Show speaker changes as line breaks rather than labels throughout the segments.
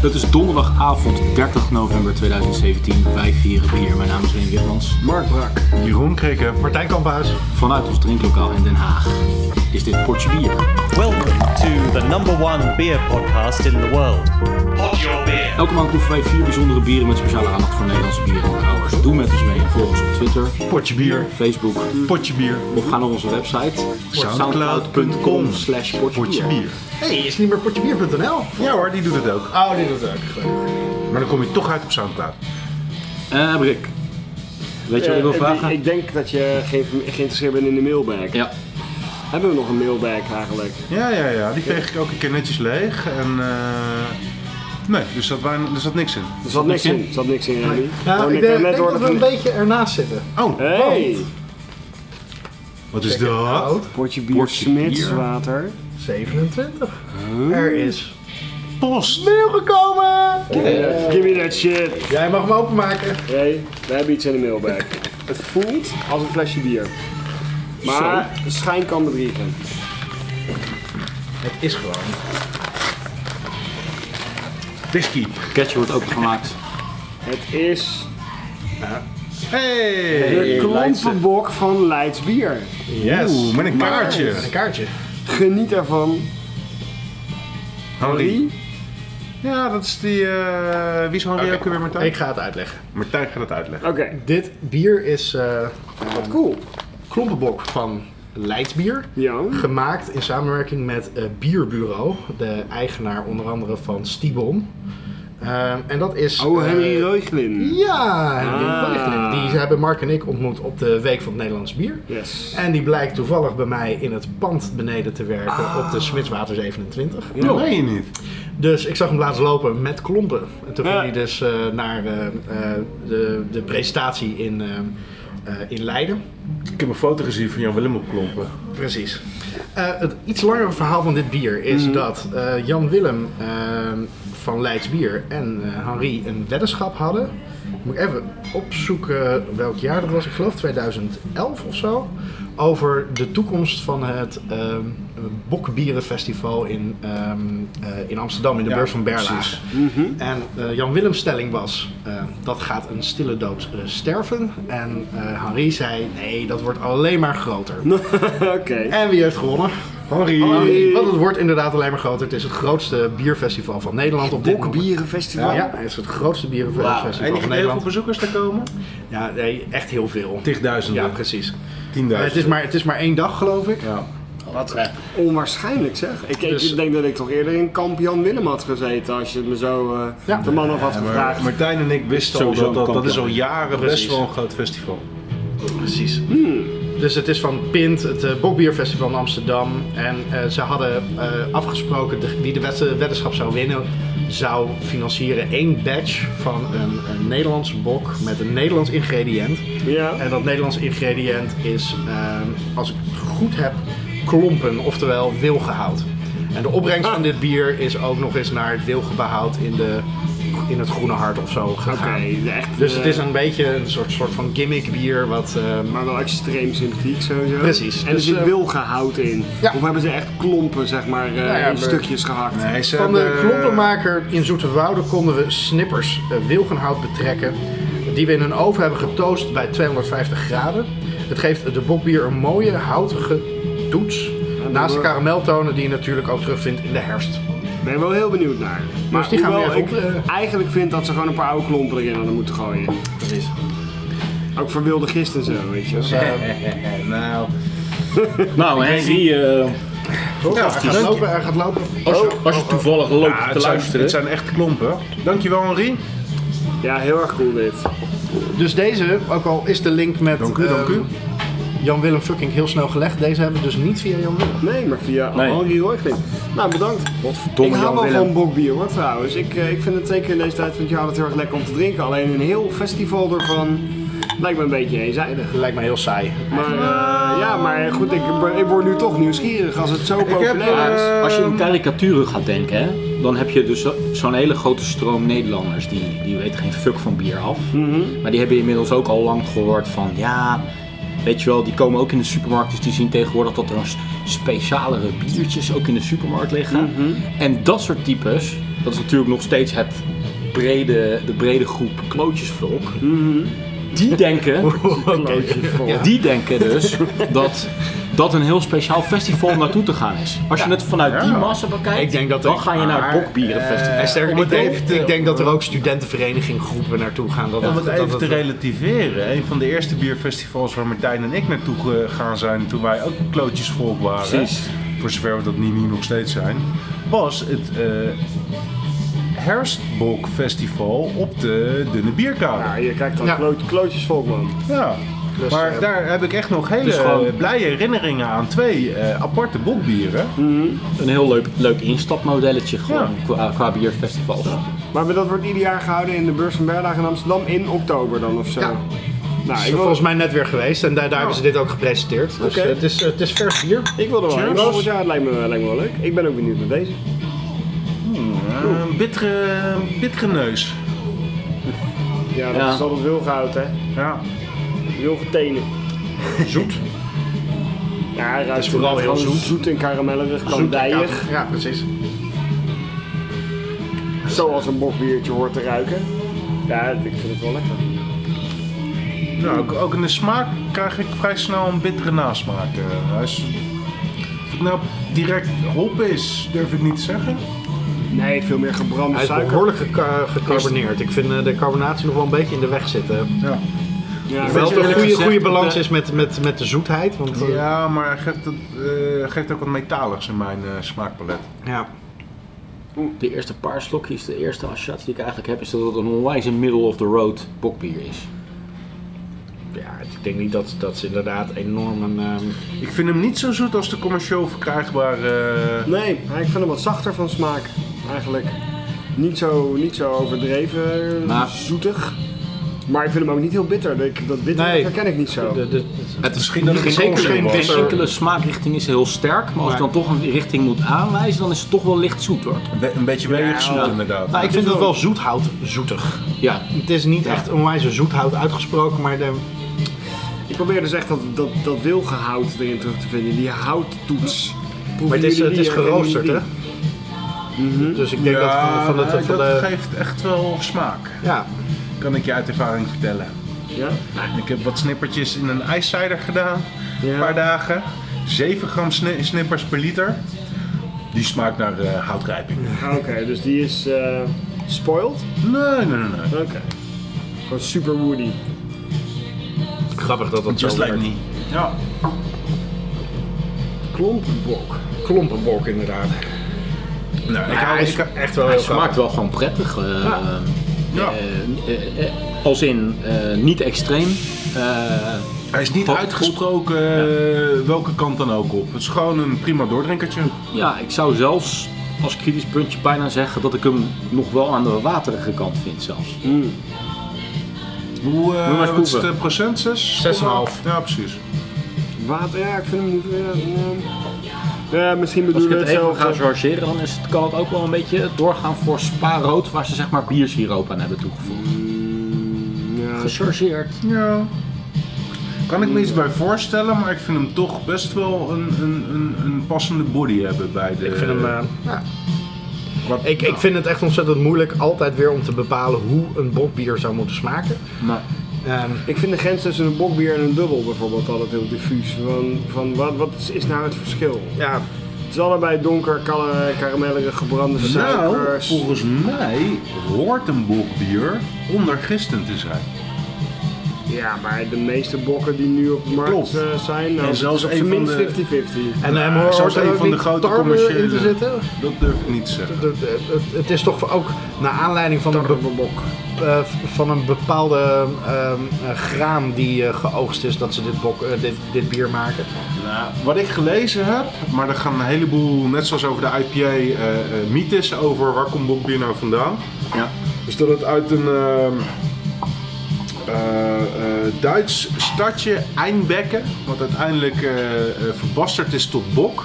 Het is donderdagavond 30 november 2017. Wij vieren bier. Mijn naam is Reen Witmans.
Mark Brak.
Jeroen Krikken, Martijn Kamphuis.
Vanuit ons drinklokaal in Den Haag is dit Portje Bier.
Welcome to the number one beer podcast in the world. Pod your beer.
Elke maand proeven wij vier bijzondere bieren met speciale aandacht voor Nederlandse bierenhouwers. Doe met ons mee en volg ons op Twitter,
Potje bier,
Facebook
potje bier,
of ga naar onze website
Soundcloud.com
slash
potje bier.
hey, is het niet meer potjebier.nl?
Ja hoor, die doet het ook. Ah,
Oh, die doet het ook. Gelukkig.
Maar dan kom je toch uit op Soundcloud.
Eh, Brik. Weet je wat ik wil
Eh,
vragen?
Ik denk dat je geen, geïnteresseerd bent in de mailbag.
Ja.
Hebben we nog een mailbag eigenlijk?
Ja, ja, ja. Die veeg ik ook een keer netjes leeg. En, eh, nee, dus dat waren, er zat niks in.
Er zat niks in. Er zat niks in, Remy.
Nou,
Oh,
ik denk, denk
hoorde
dat we een beetje ernaast zitten.
Oh,
van- Hey,
wat is dat?
Oud,
potje bier,
Potje bier.
smitswater.
27. Er is
Post.
mail gekomen!
Eh, Give me that shit.
Jij mag hem openmaken.
Hey, we hebben iets in de mailbag. Het voelt als een flesje bier. Maar de schijn kan bedriegen.
Het is gewoon.
Whisky.
Catcher wordt ook gemaakt.
Het is
Hey.
de klompenbok van Leids bier.
Yes. Met een
Een
kaartje.
kaartje.
Geniet ervan.
Henri. Ja, dat is die... eh, wie is Henri ook weer Martijn?
Ik ga het uitleggen.
Martijn gaat het uitleggen.
Oké,
Dit bier is eh
wat cool.
klompenbok van Leidsbier.
Ja.
Gemaakt in samenwerking met eh, Bierbureau, de eigenaar onder andere van Stibon. Ehm, en dat is.
Oh,
eh,
Henry Reuglin.
Ja, Henry
Ah.
Reuglin. Die hebben Mark en ik ontmoet op de Week van het Nederlands Bier.
Yes.
En die blijkt toevallig bij mij in het pand beneden te werken
Ah.
op de Smitswater 27.
Dat meen je niet.
Dus ik zag hem laatst lopen met klompen. En toen ging
Ja.
hij dus eh, naar eh, eh, de, de presentatie in, eh, eh, in Leiden.
Ik heb een foto gezien van Jan Willem op klompen.
Precies. Eh, het iets langere verhaal van dit bier is
Mm.
dat eh, Jan Willem eh, van Leids Bier en eh, Henri een weddenschap hadden. Moet ik even opzoeken welk jaar dat was. Ik geloof 2011 of zo. Over de toekomst van het ehm Bokbierenfestival in, ehm, eh, in Amsterdam, in de
Ja,
beurs van Berlage.
precies. Mhm.
En eh, Jan Willems stelling was, eh, dat gaat een stille dood eh, sterven. En eh Henri zei, nee, dat wordt alleen maar groter.
Oké.
En wie heeft gewonnen? Henri. Want het wordt inderdaad alleen maar groter. Het is het grootste bierenfestival van Nederland op dit moment.
Bokbierenfestival.
Ja, het is het grootste bierenfestival
En
van
heel veel
Nederland.
bezoekers daar komen?
Ja, nee, echt heel veel.
Tigduizenden.
Ja, precies. Maar het, is
Tienduizenden.
maar, het is maar één dag, geloof ik.
Ja.
Wat eh?
Onwaarschijnlijk zeg. Ik, ik
Dus-
denk dat ik toch eerder in kamp Jan Willem had gezeten als je het me zo eh,
Ja.
de man af had
Maar
gevraagd.
Martijn en ik wisten al
Sowieso
dat dat,
een
dat is al
kampioen.
jaren
Precies.
best wel een groot festival.
Precies. Dus het is van Pint, het eh, Bokbierfestival in Amsterdam. En eh, ze hadden eh, afgesproken de- wie de wed- weddenschap zou winnen, zou financieren één badge van een, een Nederlands bok met een Nederlands ingrediënt.
Ja.
En dat Nederlands ingrediënt is, ehm, als ik het goed heb, klompen, oftewel wilgehout. En de opbrengst
Ah.
van dit bier is ook nog eens naar het wilgebehoud in, de, in het Groene Hart of zo gegaan.
Oké, echt.
Dus
eh,
het is een beetje een soort, soort van gimmick bier wat... ehm,
Maar wel extreem sympathiek sowieso.
Precies.
En
Dus,
er zit
eh,
wilgehout in.
ja.
Of hebben ze echt klompen, zeg maar, eh,
ja,
in
we-
stukjes gehakt?
ze
Van
eh,
de
hebben-
klompenmaker in Zoeterwoude konden we snippers eh, wilgenhout betrekken. Die we in een oven hebben getoast bij 250 graden. Het geeft de bokbier een mooie houtige toets. Naast de karameltonen die je natuurlijk ook terugvindt in de herfst.
Ik ben wel heel benieuwd naar. Maar
Dus die gaan we
hoewel
even
ik
op, eh,
eigenlijk vind dat ze gewoon een paar oude klompen erin hadden moeten gooien.
Precies.
Ook voor wilde gist en zo, weet je wel.
nou,
Nou, Henry, eh,
hij gaat
dank je.
lopen, hij gaat lopen.
als, je, als je toevallig loopt
Oh. ja,
te
het, zijn,
luisteren.
het zijn echt klompen. Dankjewel Henri.
Ja, heel erg cool dit.
Dus deze, ook al is de link met
Dank u,
ehm,
dank u.
Jan-Willem fucking heel snel gelegd. Deze hebben we dus niet via Jan-Willem.
Nee, maar via
Nee.
Henri Royglin. Nou, bedankt.
Godverdomme,
ik
Jan
hou wel
Willem.
van bokbier hoor trouwens. Ik, eh, ik vind het zeker in deze tijd van het jaar dat heel erg lekker om te drinken. Alleen een heel festival ervan lijkt me een beetje eenzijdig.
Dat lijkt me heel saai.
Maar eh, ja, maar goed, ik, ik word nu toch nieuwsgierig als het zo
heb,
populair
eh,
is.
Als je in karikaturen gaat denken, hè, dan heb je dus zo- zo'n hele grote stroom Nederlanders die, die weten geen fuck van bier af.
Mhm.
Maar die hebben inmiddels ook al lang gehoord van ja, weet je wel, die komen ook in de supermarkt. Dus die zien tegenwoordig
Mhm.
dat er s- specialere biertjes ook in de supermarkt liggen. En dat soort types, dat is natuurlijk nog steeds het brede, de brede groep klootjesvolk.
Mhm.
Die denken, die denken dus dat dat een heel speciaal festival om naartoe te gaan is. Als je het vanuit die massa bekijkt,
Ik denk dat eh,
dan
ik-
ga je naar
maar,
het Bokbierenfestival.
En sterker,
Eh, Om
ik,
het
denk,
even te-
ik denk dat er ook studentenvereniging groepen naartoe gaan. Dat,
Om het
dat-
even
dat-
te relativeren, een van de eerste bierfestivals waar Martijn en ik naartoe gegaan zijn toen wij ook klootjesvolk waren.
Precies.
Voor zover we dat niet nu nog steeds zijn. Was het eh Herfstbok Festival op de Dunne
Ja,
Bierkade.
je kijkt dan
Ja.
kloot, klootjesvolk, man.
Ja.
Dus,
maar
eh,
daar heb ik echt nog hele
dus gewoon-
eh, blije herinneringen aan. Twee eh, aparte bokbieren.
Een heel leuk, leuk instapmodelletje gewoon
Ja.
qua, qua bierfestivals.
Maar dat wordt ieder jaar gehouden in de beurs van Berlage in Amsterdam in oktober dan of zo.
Ja. Ik
Nou, ik
ben
wil,
volgens mij net weer geweest en daar, daar hebben ze dit ook gepresenteerd. Dus
Oké.
eh, het, is, eh, het is vers bier.
ik wil er wel heen.
Cheers.
Volgend jaar het lijkt me, lijkt me wel leuk. Ik ben ook benieuwd naar deze.
Eh, Een bittere, bittere neus.
Ja, dat
Ja.
is altijd wilgehout, hè.
Ja.
Wilgetenen.
Zoet.
Ja, hij ruikt
vooral
inderdaad
heel
gewoon
zoet.
zoet en karamellerig, kandijig.
Ja, precies.
Zoals een bokbiertje hoort te ruiken. Ja, ik vind het wel lekker.
Nou, ook, ook in de smaak krijg ik vrij snel een bittere nasmaak. eh. Hij is- of het nou direct hop is, durf ik niet te zeggen.
Nee, veel meer gebrande
Hij is
suiker.
behoorlijk geka- gecarboneerd. Ik vind eh, de carbonatie nog wel een beetje in de weg zitten.
Ja,
Ja,
Wel
weet
dat
je,
er een
eerlijk
goede,
gezegd,
goede balans
eh,
is met, met, met de zoetheid. Want, eh,
ja maar hij geeft, het, eh, geeft ook wat metaligs in mijn eh, smaakpalet.
ja.
De eerste paar slokjes, de eerste associatie die ik eigenlijk heb, is dat het een onwijs een middle-of-the-road bokbier is.
Ja, ik denk niet dat, dat ze inderdaad enorm een... ehm,
Ik vind hem niet zo zoet als de commercieel verkrijgbare. eh,
Nee, maar ik vind hem wat zachter van smaak. Eigenlijk niet zo, niet zo overdreven eh,
Maar-
zoetig. Maar ik vind hem ook niet heel bitter. Dat, dat bitter
Nee.
herken ik niet zo.
de, de,
Het is
dat het geen
zeker geen
was.
De
bitter.
enkele smaakrichting is heel sterk, maar als ik dan toch een richting moet aanwijzen, dan is het toch wel licht zoet hoor.
een be- een beetje weeg zoet
ja.
inderdaad.
Nou, ik vind het wel zoethout zoetig.
Ja,
Het is niet echt onwijs een zoethout uitgesproken, maar de,
Ik probeer dus echt dat, dat, dat wilgehout erin terug te vinden. Die houttoets. Proeven
maar het is,
jullie
het
die?
is
Herkennen jullie
geroosterd, hè?
die?
Dus ik denk dat van, van het... Van
nou, dat
de,
geeft echt wel smaak.
ja,
Kan ik je uit ervaring vertellen.
Ja?
Ik heb wat snippertjes in een ijscider gedaan.
Ja.
Een paar dagen. 7 gram sni- snippers per liter. Die smaakt naar eh, houtrijping.
Ah, Oké, dus die is eh spoiled.
Nee, nee, nee. nee.
Oké. Gewoon super woody.
grappig dat dat
Just
zo
like
werkt.
me. Ja.
Klompenbok. Klompenbok, inderdaad.
Nou, ik
Ja,
hou,
hij is
ik,
echt wel
hij
heel
smaakt
grappig.
wel gewoon prettig. eh,
ja.
eh, eh, eh, als in eh, niet extreem. eh,
hij is niet
Wat-
uitgesproken eh, welke kant dan ook op. Het is gewoon een prima doordrinkertje.
ja, ik zou zelfs als kritisch puntje bijna zeggen dat ik hem nog wel aan de waterige kant vind zelfs.
Hoe
Moet je maar
eh
eens
wat is het
proeven.
eh, procent? 6?
6,5.
Ja, precies.
Water, ja, ik vind hem niet... eh, eh, eh, misschien
Als ik
bedoelen
het
we eh,
even ga
hetzelfde.
chargeren, dan is het, kan het ook wel een beetje doorgaan voor spa-rood, waar ze zeg maar biersiroop aan hebben toegevoegd.
Ja,
Gechargeerd.
Ja. Kan ik me iets bij voorstellen, maar ik vind hem toch best wel een, een, een, een passende body hebben bij de...
Ik vind hem... eh,
Wat-
ik, ik vind het echt ontzettend moeilijk altijd weer om te bepalen hoe een bokbier zou moeten smaken.
Nou,
Maar
Ehm,
Ik vind de grens tussen een bokbier en een dubbel bijvoorbeeld altijd heel diffuus. Van, van wat, wat is- is nou het verschil?
ja,
Het is allebei donker, kal- karamellige, gebrande
Nou,
suikers.
volgens mij hoort een bokbier onder gisten te zijn.
ja, maar de meeste bokken die nu op de markt
Klopt.
eh, zijn, nou,
En zelfs
op
een
zijn
van
minst
de-
50-50.
en eh, hem
Ah,
hoort
zelfs
er
een
ook
van de
niet
grote
tarwe in te
commerciële.
zitten.
Dat durf ik niet te zeggen.
De- de- het- Het is toch ook naar aanleiding van een, be-
Tarwebok.
eh, van een bepaalde ehm, eh, graan die eh, geoogst is dat ze dit, bok, eh, dit, dit bier maken.
Nou, wat ik gelezen heb, maar er gaan een heleboel, net zoals over de IPA, eh, eh, mythes over waar komt bokbier nou vandaan.
Ja.
Is dat het uit een ehm, eh, eh, Duits stadje, Eindbekken, wat uiteindelijk eh, eh, verbasterd is tot bok.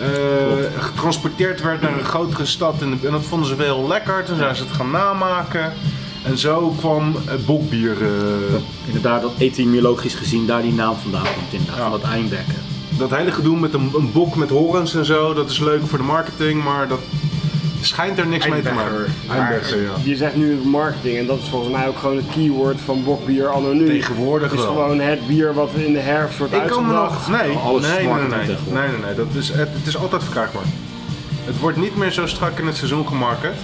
eh, getransporteerd werd naar een grotere stad en, en dat vonden ze wel heel lekker. Toen zijn ze het gaan namaken. En zo kwam het bokbier. eh,
Inderdaad, dat etymologisch gezien daar die naam vandaan komt inderdaad, van dat eindbekken.
dat hele gedoe met een, een bok met horens en zo, dat is leuk voor de marketing, maar dat schijnt er niks mee te maken.
Eindberger.
Eindberger, ja.
Je zegt nu marketing en dat is volgens mij ook gewoon het keyword van bokbier anno nu.
Tegenwoordig
Het is
wel.
gewoon het bier wat we in de herfst wordt
Ik kan me nog.
uitgebracht.
Nee,
Alles
nee, nee, nee,
smaakt
nee,
tegenwoordig.
nee, nee, nee, Dat is, het, het is altijd verkrijgbaar. Het wordt niet meer zo strak in het seizoen gemarket.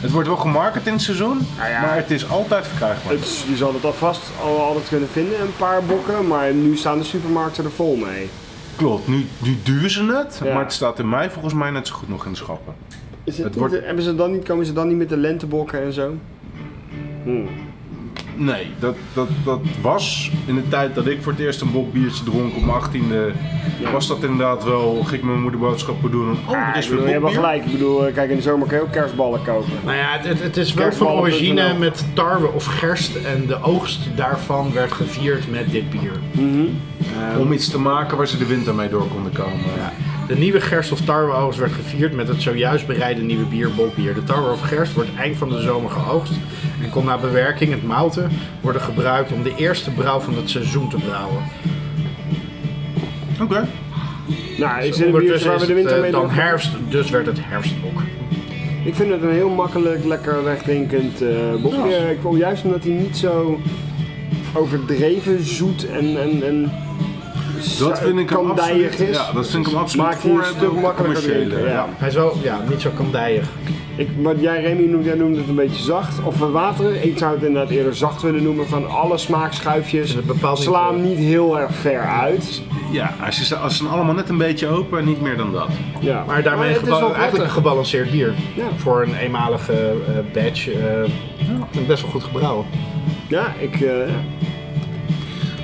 Het wordt wel gemarket in het seizoen, maar het is altijd verkrijgbaar.
Het- je zal het alvast al, altijd kunnen vinden, een paar bokken, maar nu staan de supermarkten er vol mee.
Klopt, nu, nu duwen ze het,
Ja.
maar het staat in mei volgens mij net zo goed nog in de schappen.
Is het
Het
niet-
wordt- Oh,
hebben ze dan niet, komen ze dan niet met de lentebokken en zo?
Nee, dat, dat, dat was in de tijd dat ik voor het eerst een bokbiertje dronk op mijn 18e. Was dat inderdaad wel, ging ik mijn moeder boodschappen doen en oh, er
Ah,
is
ik bedoel,
weer
je hebt wel
bokbier.
gelijk. Ik bedoel, eh, kijk, in de zomer kun je ook kerstballen kopen.
Nou ja, het, het, het is wel van
Kerstballen.nl.
origine met tarwe of gerst en de oogst daarvan werd gevierd met dit bier.
Om iets te maken waar ze de winter mee door konden komen.
De nieuwe gerst of tarweoogst werd gevierd met het zojuist bereide nieuwe bier bokbier. De tarwe of gerst wordt eind van de zomer geoogst en kon na bewerking het mouten worden gebruikt om de eerste brouw van het seizoen te brouwen.
Oké.
Nou, ik
Dus
zit in een
ondertussen
biertje waar we
is
de
het
winter
eh,
mee
dan
door-
herfst, dus werd het herfstbok.
Ik vind het een heel makkelijk, lekker wegdrinkend eh bokje. Ik wil juist omdat hij niet zo overdreven zoet en... en, en
Dat vind ik hem
kandijig
absoluut.
is.
Ja, dat vind ik hem absoluut
Maakt hij een
voor het
stuk makkelijker
commerciële,
drinken. Ja.
ja.
Hij is wel ja, niet zo kandijig.
Ik, maar jij Remy noemt, jij noemt het een beetje zacht. Of water. Ik zou het inderdaad eerder zacht willen noemen. Van alle smaakschuifjes
En het bepaalt niet
slaan
veel.
niet heel erg ver uit.
Ja, als ze, als ze allemaal net een beetje open en niet meer dan dat.
Ja.
Maar daarmee
het is wel
geba- eigenlijk een
prettig.
gebalanceerd bier.
Ja.
Voor een eenmalige eh, batch. eh,
Oh.
Best wel goed gebrouwen.
Ja, ik... eh,
Maar ja,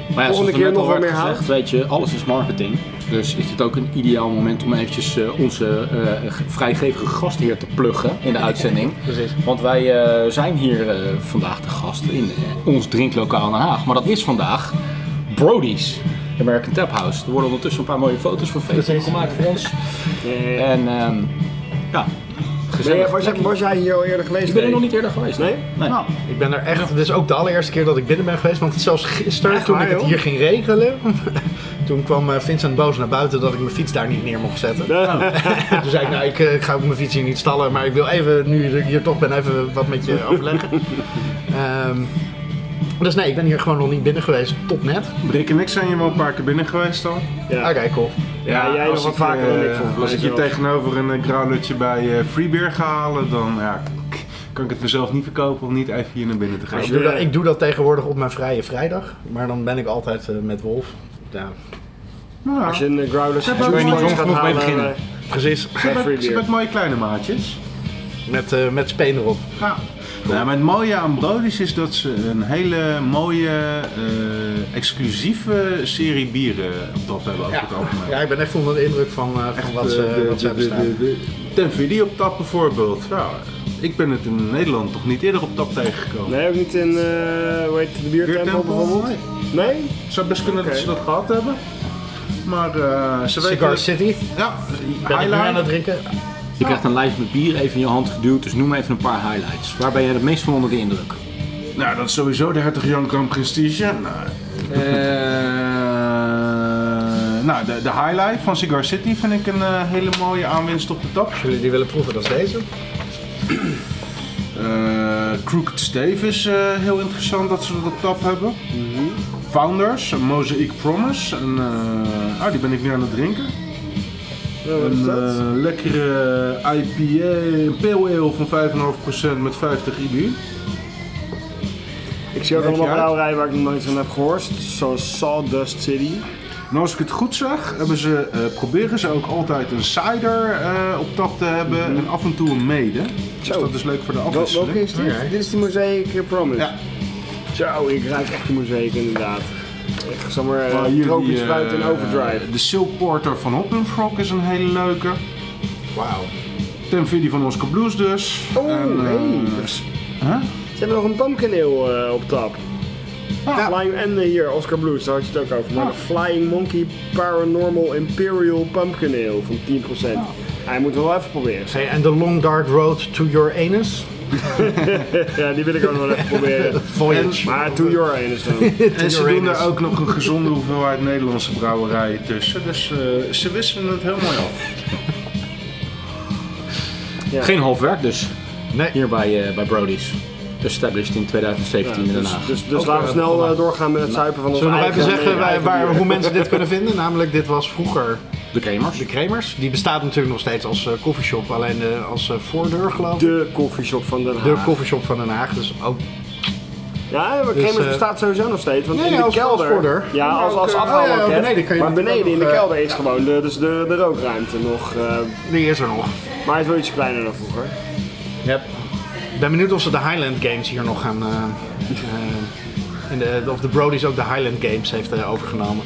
Volgende
zoals er
keer
net
nog
al
wel
werd
meer
gezegd, weet je, alles is marketing. Dus is het ook een ideaal moment om eventjes eh, onze eh, g- vrijgevige gastheer te pluggen in de uitzending.
Precies.
Want wij eh, zijn hier eh, vandaag te gast in eh, ons drinklokaal in Den Haag. Maar dat is vandaag Brody's. American Tap House. Er worden ondertussen een paar mooie foto's van Facebook gemaakt voor ons.
eh,
En ehm, ja,
ben jij-
gezellig.
was, jij, was jij hier al eerder geweest?
Ik ben er
Nee.
nog niet eerder geweest.
Nee?
Nou,
Ik ben er echt, dit is ook de allereerste keer dat ik binnen ben geweest, want zelfs gisteren
Echt
toen
waar,
ik het
joh?
hier ging regelen, toen kwam eh, Vincent boos naar buiten dat ik mijn fiets daar niet neer mocht zetten. toen zei ik, nou ik, eh, ik ga ook mijn fiets hier niet stallen, maar ik wil even, nu ik hier toch ben, even wat met je overleggen. Ehm, dus nee, ik ben hier gewoon nog niet binnen geweest, tot net.
Rick en ik zijn hier wel een paar keer binnen geweest al.
Ja.
Oké, cool.
Ja, jij
als
nog wat
ik,
vaker dan
eh,
ik volgens mij
Als ik je
zelfs.
tegenover een eh, grauwlutje bij eh Freebeer ga halen, dan ja, k- kan ik het mezelf niet verkopen om niet even hier naar binnen te gaan.
Ik doe, dat, ik doe dat tegenwoordig op mijn vrije vrijdag, maar dan ben ik altijd eh, met Wolf. Ja,
Nou,
Als je een eh, growler
Daar ben ik niet dronken
gaat
genoeg mee
halen,
beginnen.
eh,
precies.
ze hebben-
Free
ze
Beer.
met mooie kleine maatjes.
Met, eh met speen erop.
Ja. Nou, maar het mooie aan Brody's is dat ze een hele mooie, eh, exclusieve serie bieren op dat hebben over het algemeen.
Ja, ik ben echt onder de indruk van, eh, van wat ze,
de,
wat ze hebben staan.
TenVD op tap bijvoorbeeld. Ja, ik ben het in Nederland toch niet eerder op tap tegengekomen.
Nee, ook niet in, eh, hoe heet het, de biertempel bijvoorbeeld?
Nee.
Nee?
Het zou best kunnen dat
Oké.
ze dat gehad hebben. Maar eh, ze weten...
Cigar
dat-
City.
Ja,
Ben ik nu aan het
Highline.
drinken?
je krijgt een lijst met bier even in je hand geduwd. Dus noem even een paar highlights. Waar ben je het meest van onder de indruk?
Nou, dat is sowieso de Hertog Jan Kamp Prestige. Nou, eh, nou, de, de highlight van Cigar City vind ik een eh, hele mooie aanwinst op de tap.
Als jullie die willen proeven, dat is deze.
Eh Crooked Stave is eh, heel interessant dat ze dat op tap hebben.
Mhm.
Founders, een Mosaic Promise. En, eh, ah, die ben ik nu aan het drinken.
Ja, wat
Een
is dat?
eh, lekkere IPA, een pale ale van 5,5% met 50 IBU.
Ik zie ook
Weet je
allemaal
uit?
brouwerijen waar ik nog nooit van heb gehoord. Zoals Sawdust City.
En als ik het goed zag, hebben ze, eh, proberen ze ook altijd een cider eh, op tap te hebben en af en toe een mede. Dus
Zo.
dat is leuk voor de
Wel-
afwisseling.
Welke is dit?
Oké.
Dit is die Mosaic Promise.
Ja.
Zo, ik ruik echt de Mosaic inderdaad. Echt zomaar eh,
Maar hier die,
tropisch
eh,
fruit en overdrive.
De Silk Porter van Hop Frog is een hele leuke.
Wauw.
Ten Vidi van Oscar Blues dus.
Oh,
En, eh,
hey.
dus,
huh?
Ze hebben nog een pumpkineel eh op tap.
Ah.
Ja.
Flying, en eh, hier, Oscar Blues, daar had je het ook over. Maar de Flying Monkey Paranormal Imperial Pumpkin Ale van 10%.
Ah.
Hij moet wel even proberen.
Hey, en de Long Dark Road to Your Anus.
Ja, die wil ik ook nog wel even proberen.
Voyage.
Maar to your anus dan.
En ze doen
Uranus.
daar ook nog een gezonde hoeveelheid Nederlandse brouwerijen tussen. Dus eh, ze wisselen het heel mooi af.
Ja.
Geen half werk dus,
Nee,
hier bij, eh, bij Brody's. Established in 2017 in Den
Dus,
Haag.
dus, dus
Ook,
laten we
eh,
snel
prima.
eh, doorgaan met het zuipen van onze
Zullen we nog
eigen...
even zeggen
eigen
waar, waar-
bier.
hoe mensen dit kunnen vinden? Namelijk, dit was vroeger
de Kremers.
de Kremers. Die bestaat natuurlijk nog steeds als eh koffieshop, alleen eh, als eh, voordeur geloof ik.
De koffieshop van Den Haag.
De koffieshop van Den Haag, dus ook
Ja, maar Kremers
eh,
bestaat sowieso nog steeds. Want
Nee,
in
nee,
de
als- als
kelder.
voordeur.
ja, als, als
ook, eh,
afhaalloket.
oh ja, beneden kan je
maar
nog-
beneden in de
nog, eh,
kelder is gewoon de, dus de, de rookruimte nog. eh,
die is er nog.
maar hij is wel ietsje kleiner dan vroeger.
Yep. Ik ben benieuwd of ze de Highland Games hier nog gaan. eh, eh, in de, of de Brody's ook de Highland Games heeft eh, overgenomen.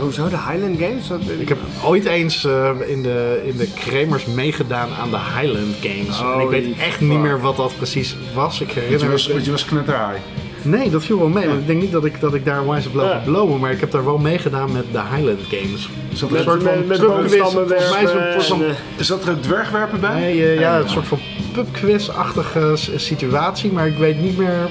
hoezo de Highland Games? Wat,
Ik heb ooit eens eh, in, de, in de Kremers meegedaan aan de Highland Games. en
Oh,
ik weet echt niet meer wat dat precies was. Ik
Want je
herinner
was,
me-
want je was knetterhaai.
Nee, dat viel wel mee. Want ik denk niet dat ik, dat ik daar wijs heb lopen
Ja.
blowen. Maar ik heb daar wel meegedaan met de Highland Games.
Is dat,
Met,
een soort van,
met, met
zo'n quiz.
boomstammen
Volgens mij zo'n-
werpen
zo'n-
en, eh,
is dat er ook dwergwerpen bij?
Nee, eh, ja, een soort van pubquiz-achtige s- situatie. Maar ik weet niet
Oh.
meer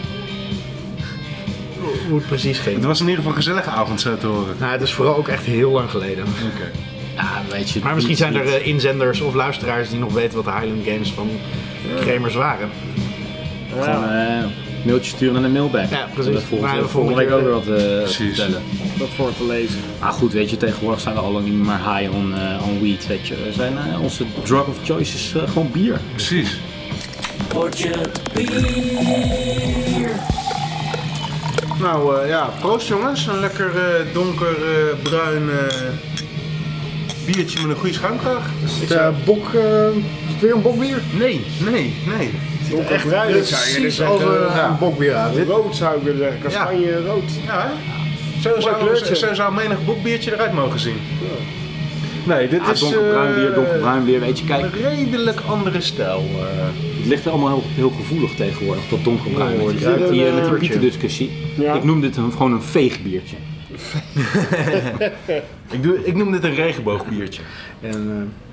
hoe het precies ging.
Het was in ieder geval een gezellige avond, zo te horen.
Nou, het is vooral ook echt heel lang geleden.
Oké.
Ja, weet je,
Maar misschien
niet-
zijn er eh, inzenders of luisteraars die nog weten wat de Highland Games van Kremers waren.
Gewoon eh mailtje sturen naar de mailback.
Ja, precies.
Dat we
Maar
volgende,
we
volgende week ook
volgende
weer wat eh
Precies.
vertellen.
dat voor te lezen.
Maar goed, weet je, tegenwoordig zijn we al lang niet meer maar high on, eh, on weed, weet je. We zijn, eh, onze drug of choice is eh, gewoon bier.
Precies. Nou eh, ja, proost jongens. Een lekker eh, donker eh, bruin eh, biertje met een goede schuimkraag.
Ik bok, eh, weer een bokbier?
Nee, nee, nee.
Echt dus
Precies
zijn
als eh,
kleuren, ja.
een bokbier aan. Dit-
Rood zou ik willen zeggen, kastanje rood.
Ja, hè? Zo zou,
kleurtje.
zo zou menig boekbiertje eruit mogen zien. Nee, dit
Ja,
is
donkerbruin
eh,
bier, donkerbruin bier, weet je. Kijk,
een redelijk andere stijl. eh.
het ligt allemaal heel, heel gevoelig tegenwoordig, dat donkerbruin.
Ja,
want
het
je ruikt
zit
die,
een,
eh, met
eh,
die pietendiscussie.
Ja.
Ik noem dit een, gewoon een veegbiertje.
ik, doe, ik noem dit een regenboogbiertje.
En,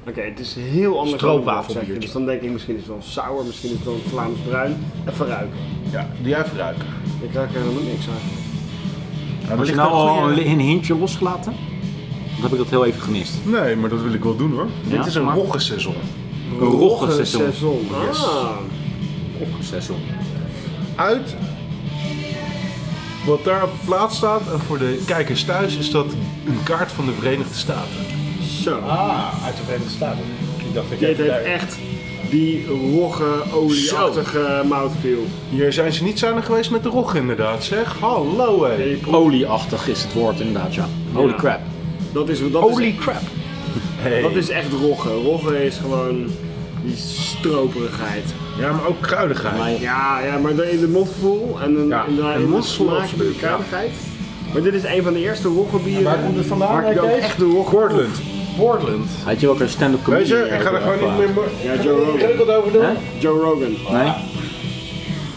eh,
Oké, het is heel anders
Stroopwafelbiertje.
dan ik zeg. Dus dan denk ik misschien is het wel sauer, misschien is het wel Vlaams bruin. Even ruiken.
Ja, die jij ruiken.
Ik ruik er helemaal niks aan.
Heb je nou al een, een hintje losgelaten? Dan heb ik dat heel even gemist.
Nee, maar dat wil ik wel doen hoor. dit is een
maar-
roggenseizoen.
Een roggenseizoen.
Roggenseizoen. Ah.
Roggenseizoen.
Uit wat daar op de plaats staat, en voor de kijkers thuis, is dat een kaart van de Verenigde Staten.
Zo.
Ah, uit de Verenigde Staten. Ik dacht ik
Dit heeft echt die rogge, olieachtige mouthfeel.
Hier zijn ze niet zuinig geweest met de rog inderdaad, zeg. Hallo hé.
Je proeft-
Olieachtig is het woord inderdaad, ja. Holy
Ja.
crap.
Dat is, dat
Holy
is,
crap.
dat is echt rogge. Rogge is gewoon die stroperigheid.
Ja, maar ook kruidigheid.
Maar-
Ja, ja maar de, de mondgevoel en, een,
Ja,
en, de-
een
en de
mondgevoel
smaak en de
absoluut, ja.
kruidigheid. Maar dit is een van de eerste roggebieren.
Waar komt het vandaan,
Waar ik
eh,
ook
Kees?
echt de rogge
Portland.
Portland.
Had je ook een stand-up comedy?
Weet je, ik ga er gewoon niet meer mo-
Ja, Joe Rogan.
geregeld over doen.
Hè?
Joe Rogan.
Nee,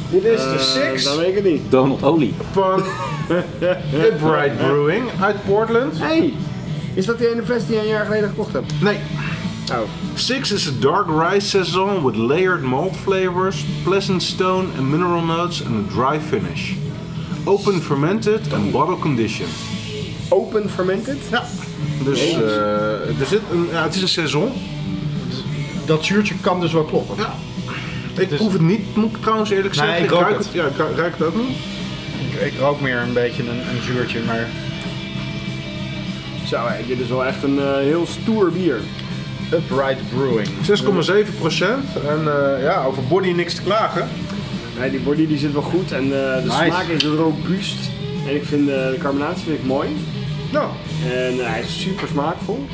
Dit is de
Eh,
Six
Dat weet ik het niet.
Donald Olie.
van The Bright Brewing uit Portland.
Hey, is dat die ene fles die je een jaar geleden gekocht hebt?
Nee,
Oh.
Six is a dark rice saison with layered malt flavors, pleasant stone and mineral notes and a dry finish. Open fermented and bottle conditioned.
Open fermented? Ja.
Dus eh, er zit een, ja, het is een saison.
Dat zuurtje kan dus wel kloppen.
Ja. Ik proef het niet, moet ik trouwens eerlijk
Nee,
zeggen.
ik rook
ruik
het.
het. Ja, ik ru- ruik het ook niet.
Ik, ik rook meer een beetje een, een zuurtje, maar...
Zo, hé, dit is wel echt een eh, heel stoer bier.
Upright Brewing.
6,7 procent. En eh, ja, over body niks te klagen.
Nee, die body die zit wel goed en eh, de
Nice.
smaak is robuust. En ik vind eh, de carbonatie vind ik mooi.
Nou,
En eh, hij is super smaakvol.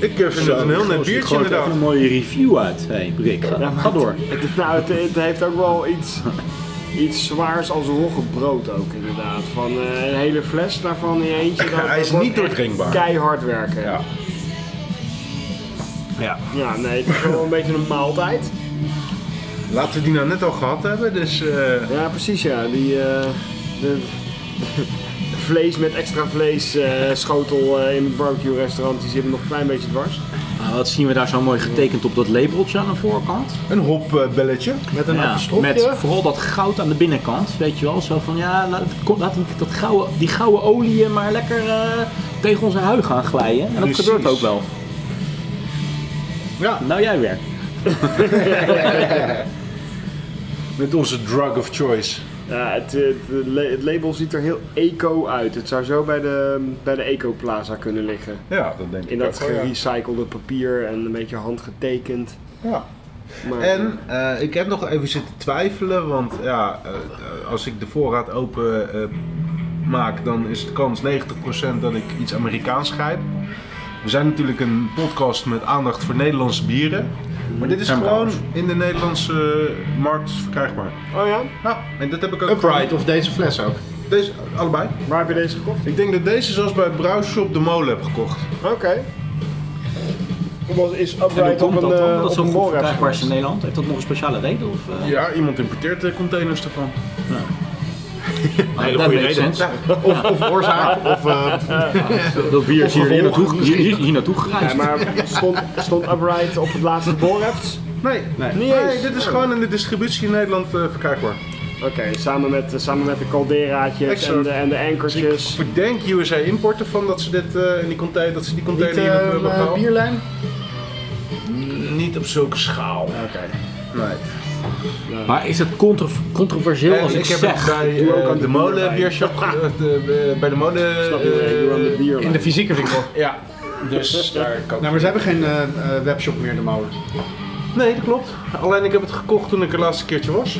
ik eh, vind het een heel net biertje inderdaad.
een mooie review uit. hey, Rick, ga, ga door.
Het, is- nou, het, het heeft ook wel iets, iets zwaars als roggebrood ook inderdaad. Van eh, een hele fles daarvan in eentje. dat-
Hij
dat
is
wordt
niet
echt
doordringbaar.
Keihard werken.
Ja. Ja.
Ja, nee, het is wel een beetje een maaltijd.
Laten we die nou net al gehad hebben, dus... eh,
Ja, precies ja. Die eh, de, vlees met extra vlees eh, schotel eh, in een barbecue restaurant, die zit me nog een klein beetje dwars.
Nou, wat zien we daar zo mooi getekend op dat labeltje aan de voorkant?
Een eh, hopbelletje.
Met een apostrofje.
met vooral dat goud aan de binnenkant, weet je wel. Zo van, ja, laat, kom- laat die- dat gouden, die gouden olie maar lekker eh, tegen onze huid gaan glijden. En dat
Precies.
gebeurt ook wel.
Ja.
Nou, jij weer.
Met onze drug of choice.
Ja, het, eh, het, la- het label ziet er heel eco uit. Het zou zo bij de, bij de Eco Plaza kunnen liggen.
Ja, dat denk ik
In dat
ook wel, ja.
gerecyclede papier en een beetje handgetekend.
Ja.
Maar,
En eh, ik heb nog even zitten twijfelen, want ja, eh, eh, als ik de voorraad open eh, maak, dan is de kans 90% dat ik iets Amerikaans grijp. We zijn natuurlijk een podcast met aandacht voor Nederlandse bieren. Maar dit is
En
gewoon
brouwers.
in de Nederlandse eh, markt verkrijgbaar.
Oh ja?
Nou, en dat heb ik ook.
Upright of deze fles ook.
Deze, allebei.
Waar heb je deze gekocht?
Ik denk dat deze zoals bij Brouwshop de molen heb gekocht.
Oké. Hoe was- Is
En hoe
Upright op
komt
een,
dat dan? Dat is
eh, op
zo
een
goed
boor
verkrijgbaar is in Nederland? Heeft dat nog een speciale reden? Of, eh,
Ja, iemand importeert de containers daarvan.
ah,
Hele
that
goede
makes
reden.
sense.
Of, of oorzaak. Of, eh,
Dat bier is hier, hier,
gevolgen
naartoe, hier, hier, hier naartoe gereisd.
Ja, maar stond, stond Upright op het laatste boorheft?
Nee, nee.
Niet eens.
dit is gewoon in de distributie in Nederland eh, verkrijgbaar.
Oké, samen, met, eh, samen met de calderaatjes en
Exact.
de, en de
Dus
ankertjes.
ik denk USA importen van dat ze dit eh, in die container, dat ze die
niet
container
eh,
hier naartoe hebben
eh,
gehaald.
bierlijn?
Niet op zulke schaal.
Oké.
Nee.
Maar is het contro- controversieel als
En
ik,
ik heb het
zeg?
bij
doe
eh,
ook aan
de
de bier
molen
bij.
biershop, eh, de- eh, bij de molen.
Snap je wat ik bedoel aan de
eh,
bierlijn?
In de fysieke winkel.
Ja, dus daar kan
Nou, maar ze hebben geen eh, eh, webshop meer, de molen.
Nee, dat klopt. Alleen ik heb het gekocht toen ik er laatste keertje was.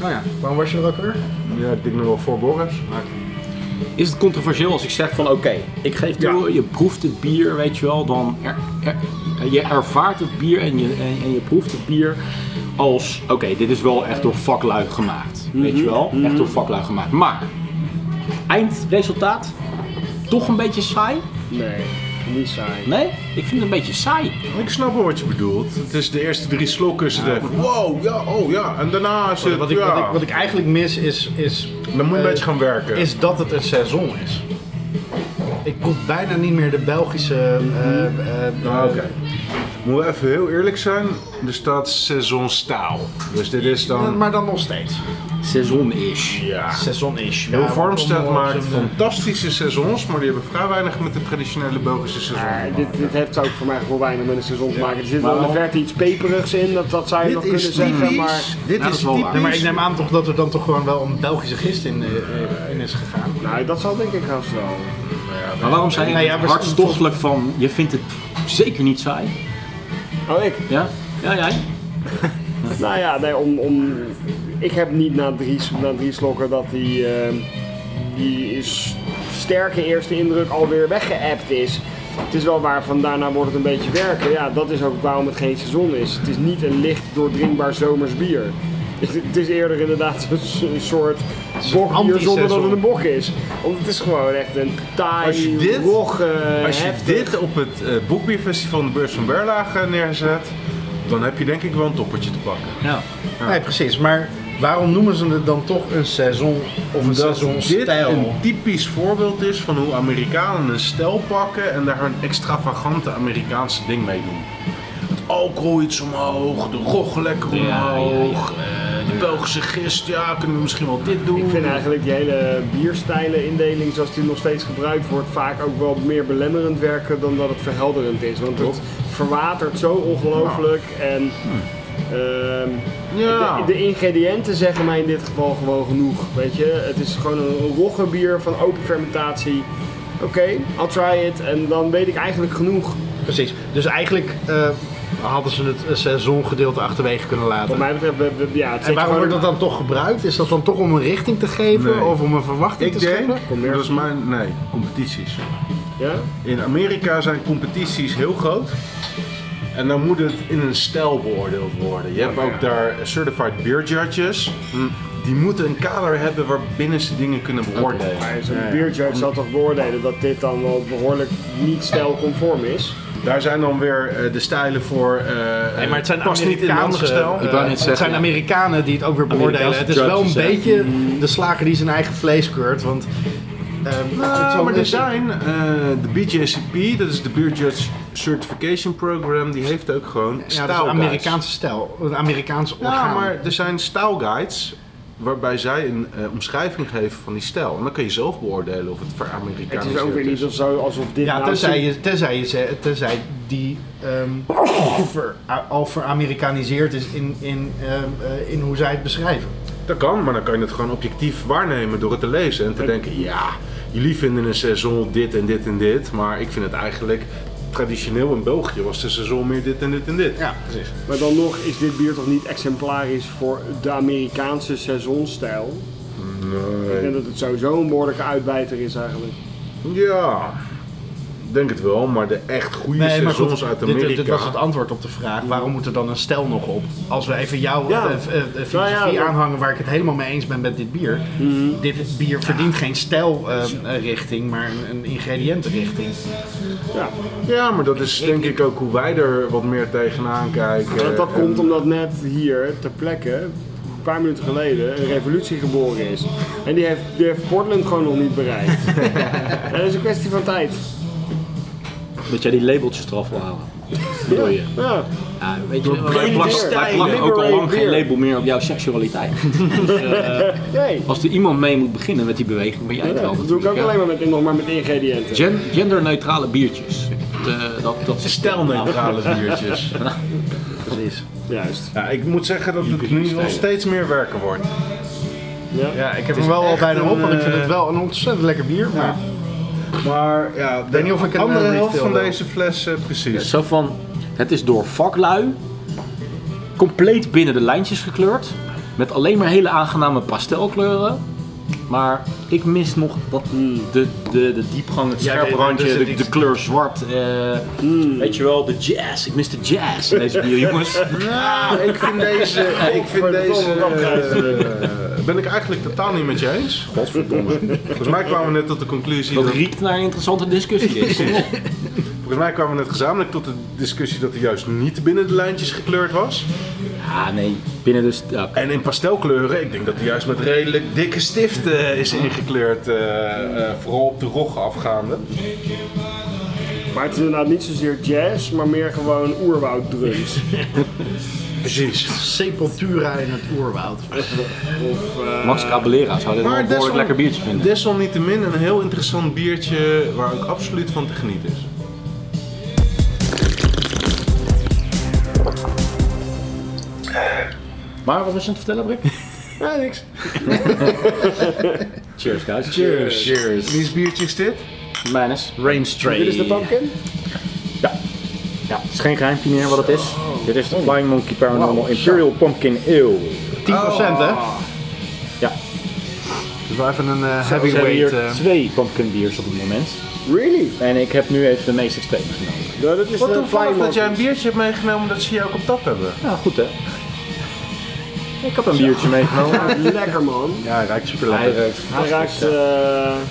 Nou ja, waarom was je er ook weer?
Ja, ik denk nog wel voor Boris.
Is het controversieel als ik zeg van oké, ik geef toe, je proeft het bier, weet je wel, dan er, er- je ervaart het bier en je, en, en je proeft het bier als oké, dit is wel echt door vaklui gemaakt, weet je
Mhm.
wel, echt door vaklui gemaakt. Maar eindresultaat toch een beetje saai?
Nee, niet saai.
Nee, ik vind het een beetje saai.
Ik snap wel wat je bedoelt. Het is de eerste drie slokken. is het even, Wow, ja, oh ja. En daarna is het.
Wat ik,
ja.
wat, ik, wat ik eigenlijk mis is, is,
Dan moet je
eh,
een beetje gaan werken.
is dat het een seizoen is. Ik proef bijna niet meer de Belgische. eh, eh,
Nou, oké. Moet we even heel eerlijk zijn, er staat seizoen staal. Dus dit is
eh,
dan...
Maar dan nog steeds.
Seizoen is.
Ja.
Seizoen is.
Heel
Ja, om-
Farmstead
om- om-
maakt
om-
fantastische seizoens, maar die hebben vrij weinig met de traditionele Belgische seizoen.
Maar Eh, dit, dit heeft ook voor mij voor weinig met een seizoen te maken. Er zit wel in de verte iets peperigs in, dat, dat zou je nog kunnen zeggen. Maar
dit
dat is wel waar.
Nee, maar ik neem aan toch dat er dan toch gewoon wel een Belgische gist in, eh, eh, in is gegaan.
nou, dat zal denk ik haast wel.
Maar waarom zijn
Nou
je
ja, maar-
hartstochtelijk van je vindt het zeker niet saai?
Oh, ik?
Ja? Ja, jij?
Nou ja, nee, om, om, ik heb niet na drie, na drie slokken dat die, eh, die is sterke eerste indruk alweer weggeëpt is. Het is wel waar van daarna wordt het een beetje werken. Ja, dat is ook waarom het geen seizoen is. Het is niet een licht doordringbaar zomers bier. Het, het is eerder inderdaad een, s- een soort bokbier zonder dat het
antiseizoen.
een bok is. Want het is gewoon echt een
Ah,
Als je dit-
taai, rog,
eh,
Als je
heftig.
dit op het eh, boekbierfestival in de beurs van Berlage neerzet, dan heb je denk ik wel een toppertje te pakken.
Ja.
Nee, precies. Maar waarom noemen ze het dan toch een seizoen of een
Omdat dit
seizoenstijl?
een typisch voorbeeld is van hoe Amerikanen een stijl pakken en daar hun extravagante Amerikaanse ding mee doen. Het alcohol iets omhoog, de rog lekker
Ja,
omhoog, eh, de Belgische gist, ja, kunnen we misschien wel dit doen.
Ik vind eigenlijk die hele bierstijlen-indeling zoals die nog steeds gebruikt wordt vaak ook wel meer belemmerend werken dan dat het verhelderend is. Want het verwatert zo ongelooflijk
Nou.
en
Hmm.
ehm,
Ja.
de, de ingrediënten zeggen mij in dit geval gewoon genoeg. Weet je, het is gewoon een rogge bier van open fermentatie. Oké, I'll try it en dan weet ik eigenlijk genoeg.
Precies. Dus eigenlijk eh, hadden ze het eh, seizoengedeelte achterwege kunnen laten.
Wat mij betreft, we- we- ja, het
En
zit
waarom
gewoon-
wordt dat dan toch gebruikt? Is dat dan toch om een richting te geven
Nee.
of om een verwachting
Ik
te
denk,
scheppen?
dat is mijn, nee, competities.
Ja?
In Amerika zijn competities heel groot. En dan moet het in een stijl beoordeeld worden. Je hebt ook daar certified beer judges. Hm. Die moeten een kader hebben waarbinnen ze dingen kunnen beoordelen.
Maar zo'n bierjudge zal toch beoordelen dat dit dan wel behoorlijk niet stijlconform is?
Daar zijn dan weer eh, de stijlen voor. eh
Nee, maar het zijn
past niet in een ander
Amerikaanse,
stijl.
eh,
Ik wou net
het
zeggen,
zijn
ja.
Amerikanen die het ook weer beoordelen. Het is wel een
judges, hè.
beetje de slager die zijn eigen vlees keurt. Want, eh, goed, zo-
Mm. Nou, maar er zijn eh, de BJCP, dat is de Beer Judge Certification Program, die heeft ook gewoon
ja, dat is een
stijlguides.
Amerikaanse stijl, een Amerikaans orgaan.
Ja, Nou, maar er zijn stijlguides waarbij zij een eh, omschrijving geven van die stijl. En dan kun je zelf beoordelen of dus het voor Amerikaans
Het is ook weer niet zo alsof dit
Ja,
nou...
tenzij je, tenzij je, ze- tenzij die ehm ver- al veramerikaniseerd is in, in, ehm, eh, in hoe zij het beschrijven.
Dat kan, maar dan kan je het gewoon objectief waarnemen door het te lezen en te denken, ja, jullie vinden een seizoen dit en dit en dit, maar ik vind het eigenlijk traditioneel in België was de seizoen meer dit en dit en dit.
Ja, precies.
Maar dan nog is dit bier toch niet exemplarisch voor de Amerikaanse seizoenstijl? Ik
Nee.
denk dat het sowieso een behoorlijke uitbijter is eigenlijk.
Ja, ik denk het wel, maar de echt goede seizoens uit
dit,
Amerika.
dit was het antwoord op de vraag. Waarom moet er dan een stel nog op? Als we even jouw
Ja.
eh, eh, eh, filosofie
Nou ja, dat-
aanhangen waar ik het helemaal mee eens ben met dit bier.
Mhm.
Dit bier verdient geen stijlrichting, maar een, een ingrediëntenrichting.
Eh,
Ja.
Ja, maar dat is denk ik ook hoe wij er wat meer tegenaan kijken.
Dat, dat
En-
komt omdat net hier ter plekke, een paar minuten geleden, een revolutie geboren is. En die heeft, die heeft Portland gewoon nog niet bereikt. En dat is een kwestie van tijd.
Dat jij die labeltjes eraf wil halen. Bedoel je?
Ja.
Ja, weet je, wij
beer.
plakken, wij plakken ook al
Liberate
lang geen
beer.
label meer op jouw seksualiteit.
Nee.
Als er iemand mee moet beginnen met die beweging, ben jij het wel.
Dat doe ik ook
natuurlijk,
alleen
hè.
maar met, nog maar met ingrediënten.
Gen- genderneutrale biertjes. De- dat, dat is
Stelneutrale biertjes.
Precies.
Juist.
Ja, ik moet zeggen dat het nu wel steeds meer werken wordt.
Ja.
Ja, ik heb hem wel al
echt
bijna
een,
op, want ik vind
eh,
het wel een ontzettend lekker bier. Maar
Maar ja, de
weet niet of ik een,
andere
eh,
helft van
refill wil.
deze fles, eh, precies.
Zo van, het is door vaklui compleet binnen de lijntjes gekleurd. Met alleen maar hele aangename pastelkleuren. Maar ik mis nog dat, de, de, de diepgang, het
Ja,
scherpe
nee, dus
randje,
het
de,
is-
de kleur zwart. eh, Weet je wel, de jazz. Ik mis de jazz in deze bier, jongens.
Nou, ik vind deze... Ik vind deze eh, ben ik eigenlijk totaal niet met je eens. Godverdomme. Volgens mij kwamen we net tot de conclusie...
Dat
Dat,
riekt naar een interessante discussie. Dit.
volgens mij kwamen we net gezamenlijk tot de discussie dat hij juist niet binnen de lijntjes gekleurd was.
Ja, nee. Binnen dus... Ja,
En in pastelkleuren, ik denk dat hij juist met redelijk dikke stiften is ingekleurd. eh, eh, vooral op de rog afgaande.
Maar het is inderdaad niet zozeer jazz, maar meer gewoon oerwouddrums.
Precies.
Sepultura in het oerwoud.
Of, eh,
Max Cabalera zou dit wel een behoorlijk lekker biertje vinden.
Desalniettemin een heel interessant biertje waar ook absoluut van te genieten is.
Maar wat was je aan het vertellen, Brik?
ja, niks.
Cheers, guys.
Cheers. Cheers. Wiens biertje is dit?
Mijnes. Rain Stray.
Dit is de pumpkin.
Ja, het is geen geheimpje meer wat het is. Dit is de Flying Monkey Paranormal Imperial Pumpkin Ale.
10% hè?
Oh.
Ja,
Dus wel even een eh,
we hebben
heavyweight.
hier
eh,
twee pumpkin beers op het moment.
Really?
En ik heb nu even de meest extreme genomen.
Ja, dat is
Wat
de
toevallig
Flying
dat jij een
Monkeys.
biertje hebt meegenomen dat ze jou ook op tap hebben.
Ja, Nou, goed hè. Ik heb een biertje meegenomen.
Lekker man.
Ja, hij ruikt super
Hij ruikt
Hij ruikt... eh,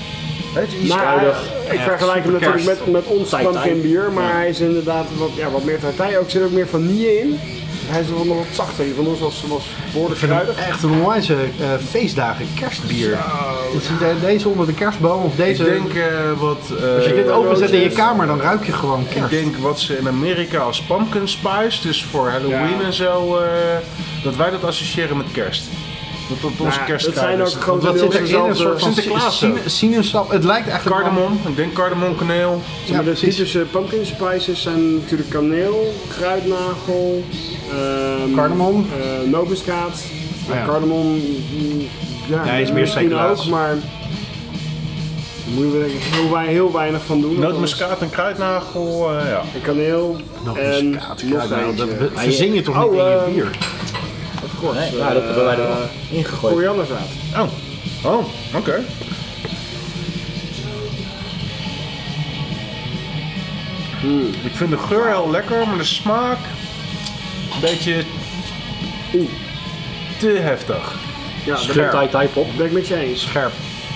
Maar
Kruidig.
hij- ik vergelijk hem natuurlijk met, met ons
Tai-tai.
pumpkin bier, maar hij is inderdaad wat, ja, wat meer tartij. Ook zit ook meer vanille in. Hij is er wel nog wat zachter. Die van ons was, was behoorlijk
Ik vind
kruidig.
het echt een onwijs feestdagen kerstbier. Is het, eh, deze onder de kerstboom of
Ik
deze...
denk eh, wat... eh,
als je dit openzet in je
roodjes.
kamer, dan ruik je gewoon
ik
kerst.
denk wat ze in Amerika als pumpkin spice, dus voor Halloween en zo, eh, dat wij dat associëren met kerst. Dat dat onze
Ja,
kerst
Nou, dat zijn ook
is.
Wat
grotendeels
zit erin? Een
dezelfde-
soort van
eh, Sinterklaas
sin-
ook.
sinaasappel. Het lijkt eigenlijk wel-
Cardamom, ik denk cardamom, kaneel.
maar de
precies.
typische eh, pumpkin spices zijn natuurlijk kaneel, kruidnagel, ehm
Cardamom. Ah,
eh, nootmuskaat.
ja.
Cardamom, mm, ja,
hij is meer
misschien
seculaas.
ook, maar daar moeten we denk ik heel, wei- heel weinig van doen.
Nootmuskaat en kruidnagel, eh, ja.
En kaneel en
Nootmuskaat,
nog
kruidnagel,
eentje.
dat be- verzin je toch
Oh,
niet in je
eh,
bier?
Of course,
Nee, nou, dat hebben wij er wel ingegooid.
Korianderzaad.
Oh, oh oké.
Hmm.
Ik vind de geur heel lekker, maar de smaak een beetje
Oeh.
te heftig.
Ja, dat
Schil tai tai pop.
ben ik met je eens.
Scherp.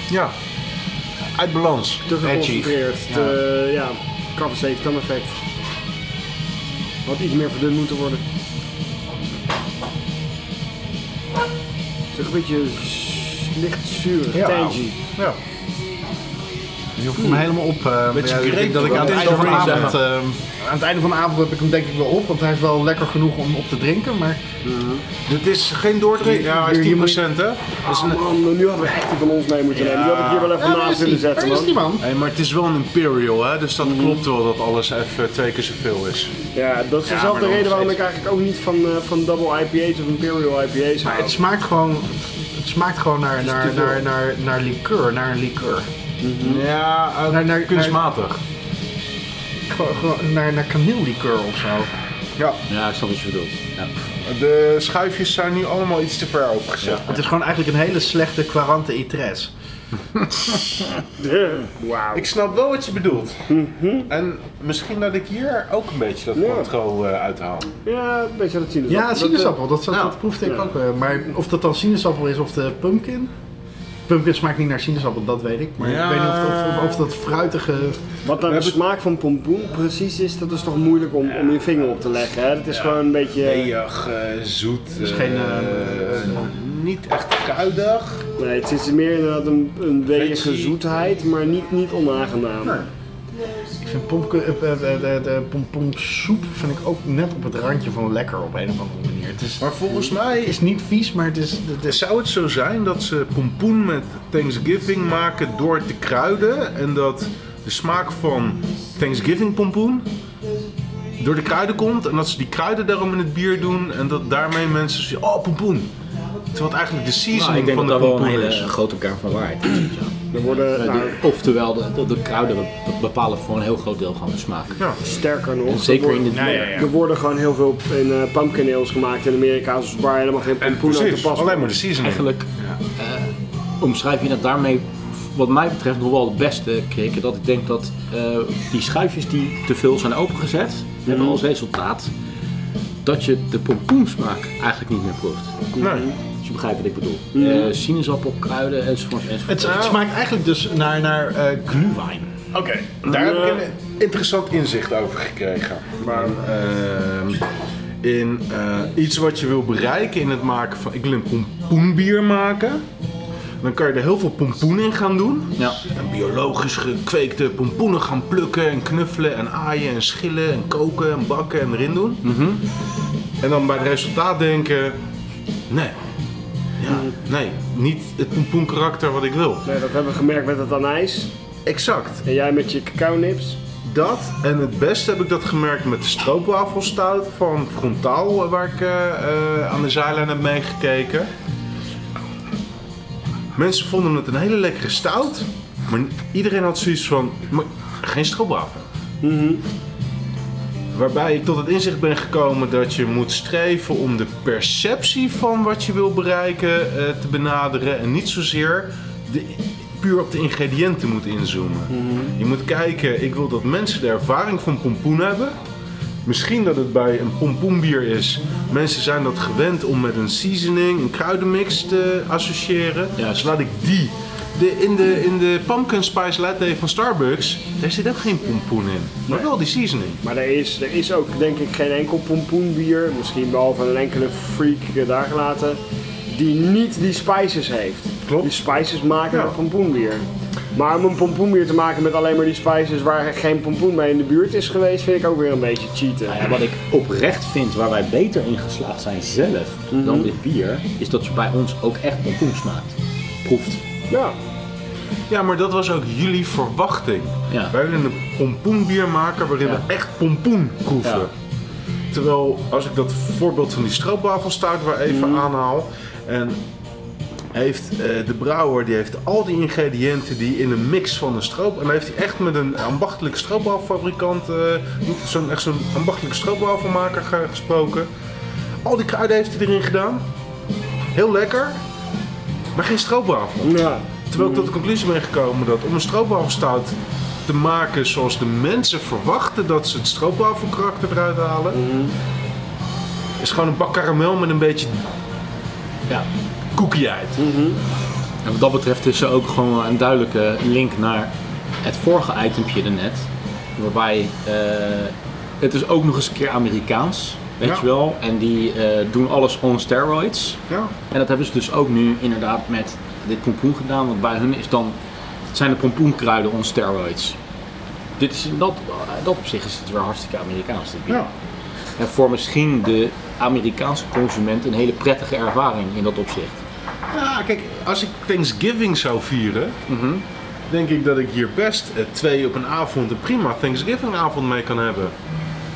Ja, uit balans.
Te
Edgy.
geconcentreerd. Ja. ja, Café kan effect. Had iets meer verdund moeten worden. Toch een beetje s- licht zuur,
Ja.
tangy.
Ja.
Je hoeft hem helemaal op. eh,
Met je
ja, ik denk
greep
dat ik
wel.
aan het,
Met
einde van de
je greep,
avond, eh, aan het einde van de avond heb ik hem denk ik wel op. Want hij is wel lekker genoeg om op te drinken. Maar
Dit is geen doordrink. Ja, hij is 10%
Hier moet-
hè? Dat is een-
Ah, man, nou, nu hadden we echt die van ons mee moeten nemen. Die had ik hier wel even
Ja, waar is
naast willen
die?
zetten,
Waar is die
man.
man?
Hey, maar het is wel een Imperial, hè? Dus dat klopt wel dat alles even twee keer zoveel is.
Ja, dat is
Ja, maar
dezelfde
dan
reden waarom
steeds.
ik eigenlijk ook niet van, eh, van double IPA's of imperial IPA's
Maar
hou.
het smaakt gewoon, het smaakt gewoon naar, naar,
te veel.
naar, naar, naar liqueur, naar een liqueur. Mhm.
Ja, eh,
Naar- naar-
kunstmatig.
Gewoon, gewoon naar, naar kaneellikeur of zo.
Ja,
Ja, ik snap wat je bedoelt. Ja.
de schuifjes zijn nu allemaal iets te ver opengezet.
Het is gewoon eigenlijk een hele slechte quarante itres.
Wauw.
Ik snap wel wat je bedoelt.
Mhm.
En misschien dat ik hier ook een beetje dat
Ja.
controle eh, uithaal.
Ja, een beetje dat sinaasappel.
Ja,
Dat, eh,
sinaasappel, dat, dat,
eh, nou, ja.
dat proefde ik ook. eh, Maar of dat dan sinaasappel is of de pumpkin. Pumpkin smaakt niet naar sinaasappel, dat weet ik. Maar
Ja.
ik weet niet of dat, of, of dat fruitige...
eh, Wat nou de
hebben-
smaak van pompoen precies is, dat is toch moeilijk om, om je vinger op te leggen. Hè? Dat is gewoon een beetje...
Deeg, eh, zoet. Het
is geen, eh,
niet echt kruidig.
Nee, het is meer inderdaad een, een deegige
Veggie.
zoetheid, maar niet, niet onaangenaam.
Ik vind pompke- eh, eh, eh, de, de pompoensoep vind ik ook net op het randje van lekker op een of andere manier. Het is,
Maar volgens mij
het is niet vies, maar het is... Het is
Zou het zo zijn dat ze pompoen met Thanksgiving maken door te kruiden en dat de smaak van Thanksgiving pompoen door de kruiden komt en dat ze die kruiden daarom in het bier doen en dat daarmee mensen zeggen, oh pompoen. Terwijl het eigenlijk de
Nou,
seasoning
ik denk
van
dat
de
dat wel een
pompoen
hele
is.
grote kern van waarheid is. weet je wel.
Er worden, nou,
Die- Oftewel, Eh, de, de, de kruiden be- bepalen voor een heel groot deel gewoon de smaak.
sterker nog,
En
er
zeker in
worden-
dit bier.
er worden gewoon heel veel in, eh, pumpkin ales gemaakt in Amerika, dus waar helemaal geen
En
pompoen aan te
precies,
passen.
alleen maar de seasoning.
Eigenlijk eh, omschrijf je dat daarmee, wat mij betreft, nog wel het beste kikken. Dat ik denk dat eh, die schuifjes die te veel zijn opengezet, hebben als resultaat dat je de pompoensmaak eigenlijk niet meer proeft.
Nee.
Als je begrijpt wat ik bedoel. Eh, sinaasappel, kruiden enzovoort. enzovoort.
Het, het smaakt eigenlijk dus naar, naar eh, glühwein.
Oké, daar heb ik een interessant inzicht over gekregen. Eh. Maar ehm, in eh, iets wat je wil bereiken in het maken van... Ik wil een pompoenbier maken. Dan kan je er heel veel pompoen in gaan doen.
Ja.
En biologisch gekweekte pompoenen gaan plukken en knuffelen en aaien en schillen en koken en bakken en erin doen. En dan bij het resultaat denken... Nee. Ja, nee. Niet het pompoenkarakter wat ik wil.
Nee, dat hebben we gemerkt met het anijs.
Exact.
En jij met je cacao nips.
Dat en het beste heb ik dat gemerkt met de stroopwafelstout van Frontaal, eh, waar ik eh, eh, aan de zijlijn heb meegekeken. Mensen vonden het een hele lekkere stout, maar iedereen had zoiets van, maar geen stroopwafel. Waarbij ik tot het inzicht ben gekomen dat je moet streven om de perceptie van wat je wil bereiken eh, te benaderen en niet zozeer de, puur op de ingrediënten moet inzoomen. Je moet kijken, ik wil dat mensen de ervaring van pompoen hebben. Misschien dat het bij een pompoenbier is. Mensen zijn dat gewend om met een seasoning, een kruidenmix te associëren.
Juist.
Dus laat ik die. De, in, de, in de pumpkin spice latte van Starbucks, daar zit ook geen pompoen in. Maar wel die seasoning.
Maar er is, er is ook denk ik geen enkel pompoenbier, misschien behalve een enkele freak eh, daar gelaten, die niet die spices heeft.
Klopt.
Die spices maken
Ja.
een pompoenbier. Maar om een pompoenbier te maken met alleen maar die spices waar er geen pompoen mee in de buurt is geweest, vind ik ook weer een beetje cheaten.
Nou ja, wat ik oprecht vind, waar wij beter in geslaagd zijn zelf dan dit bier, is dat je bij ons ook echt pompoen smaakt. Proeft.
Ja.
Ja, maar dat was ook jullie verwachting.
Ja.
Wij willen een pompoenbier maken waarin
Ja.
we echt pompoen proeven.
Ja.
Terwijl, als ik dat voorbeeld van die stroopwafelstaart weer even
Mhm.
aanhaal. En heeft, eh, de brouwer die heeft al die ingrediënten die in een mix van een stroop... En dan heeft hij echt met een ambachtelijk stroopwafelfabrikant... eh, niet zo'n, echt zo'n ambachtelijk stroopwafelmaker ge- gesproken. Al die kruiden heeft hij erin gedaan. Heel lekker. Maar geen stroopwafel.
ja.
Terwijl ik tot de conclusie ben gekomen dat om een stroopwafelstout te maken zoals de mensen verwachten dat ze het stroopwafelkarakter eruit halen, is gewoon een bak karamel met een beetje
Ja.
koekie uit.
En wat dat betreft is er ook gewoon wel een duidelijke link naar het vorige itempje daarnet. Waarbij eh, het is ook nog eens een keer Amerikaans, weet
Ja.
je wel. En die eh, doen alles on steroids.
Ja.
En dat hebben ze dus ook nu inderdaad met dit pompoen gedaan. Want bij hun is dan zijn de pompoenkruiden on steroids. Dit is, dat, eh, dat op zich is het weer hartstikke Amerikaans. Dit bier.
Ja.
En voor misschien de Amerikaanse consument een hele prettige ervaring in dat opzicht.
Ja, kijk, als ik Thanksgiving zou vieren, denk ik dat ik hier best eh, twee op een avond een prima Thanksgiving avond mee kan hebben.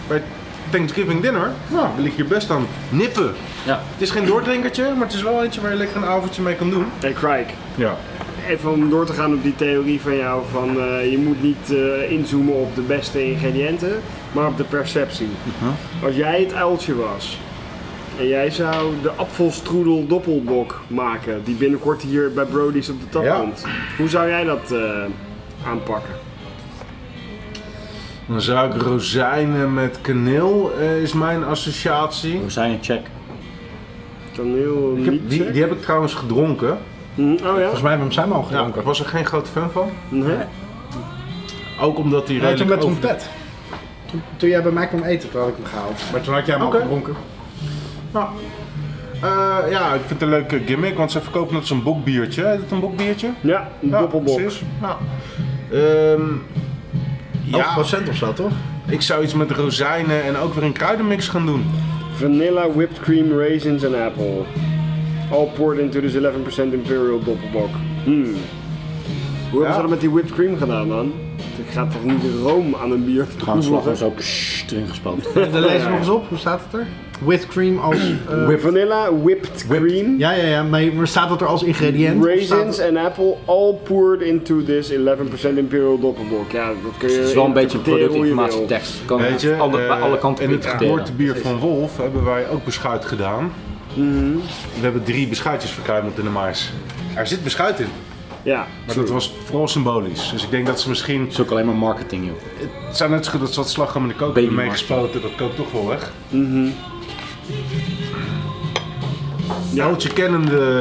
Bij Thanksgiving dinner, nou, wil ik hier best aan nippen.
Ja.
Het is geen doordrinkertje, maar het is wel eentje waar je lekker een avondje mee kan doen.
Hey, Craig.
Ja.
Even om door te gaan op die theorie van jou van eh, je moet niet eh, inzoomen op de beste ingrediënten, maar op de perceptie.
Mhm.
Als jij het uiltje was en jij zou de apfelstroedel doppelbok maken, die binnenkort hier bij Brody's op de tap
Ja.
komt, hoe zou jij dat eh, aanpakken?
Dan zou ik rozijnen met kaneel, eh, is mijn associatie.
We zijn een check.
Kaneel,
Ik heb, die, die heb ik trouwens gedronken.
Oh ja?
Volgens mij hebben we hem samen al
Ja,
gedronken.
ik was er geen grote fan van.
Mhm.
Ook omdat die
Ja, toen
redelijk
met
over-
trompet. Toen, toen jij bij mij kwam eten, toen had ik hem gehaald. Maar toen had jij hem
Oké.
al gedronken.
Nou, eh, ja, ik vind het een leuke gimmick, want ze verkopen net zo'n bokbiertje. Heet het een bokbiertje?
Ja, een
Ja,
doppelbok.
precies. Ja. Ehm, ja,
11% of zo, toch?
ik zou iets met rozijnen en ook weer een kruidenmix gaan doen.
Vanilla, whipped cream, raisins en apple. All poured into this 11% imperial doppelbok. Hmm. Hoe hebben
Ja.
ze dat met die whipped cream gedaan dan? Ik ga toch niet de room aan een bier
Gewoon slag
toevoegen?
zo pssst, erin gespeld.
Dan lees je nog eens op, hoe staat het er? With cream als... eh,
Vanilla, whipped cream,
Ja, ja, ja, maar, maar staat het er als ingrediënt? Of staat
raisins
het-
en apple. All poured into this 11% imperial doppelbok. Ja, dat kun je
Het is wel een beetje een
interpreteren hoe je wil.
productinformatietekst. Kan
Weet je,
alle, bij
eh,
alle kanten
in het
interpreteren.
geboortebier van Wolf hebben wij ook beschuit gedaan. We hebben drie beschuitjes verkruimeld in de mais. Mhm. Er zit beschuit in,
Ja,
maar dat was vooral symbolisch. Dus ik denk dat ze misschien...
Het is ook alleen maar marketing, joh.
Het zou net zo goed dat ze wat slagroom in de kook
Baby
hebben
Mars.
meegespoten. Dat kookt toch wel weg. Ja. Oudje kennende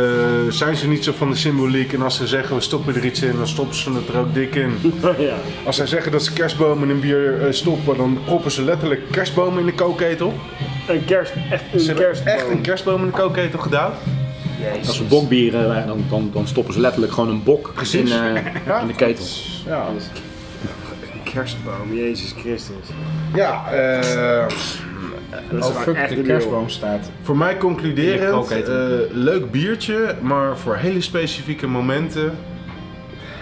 zijn ze niet zo van de symboliek. En als ze zeggen we stoppen er iets in, dan stoppen ze het er ook dik in.
ja.
Als zij zeggen dat ze kerstbomen in bier eh, stoppen, dan proppen ze letterlijk kerstbomen in de kookketel.
Een kerst, echt
Ze
een
hebben echt
kerstboom.
een kerstboom in de kookketel gedaan.
Als ze bokbieren, eh, dan, dan, dan stoppen ze letterlijk gewoon een bok in,
Precies.
eh,
Ja.
in de ketel.
Ja,
Een kerstboom, Jezus Christus.
ja eh,
Dat is
Oh,
waar
fuck,
echt
de
een kerstboom.
kerstboom staat.
voor mij
In de
concluderend,
kookketel.
eh, leuk biertje, maar voor hele specifieke momenten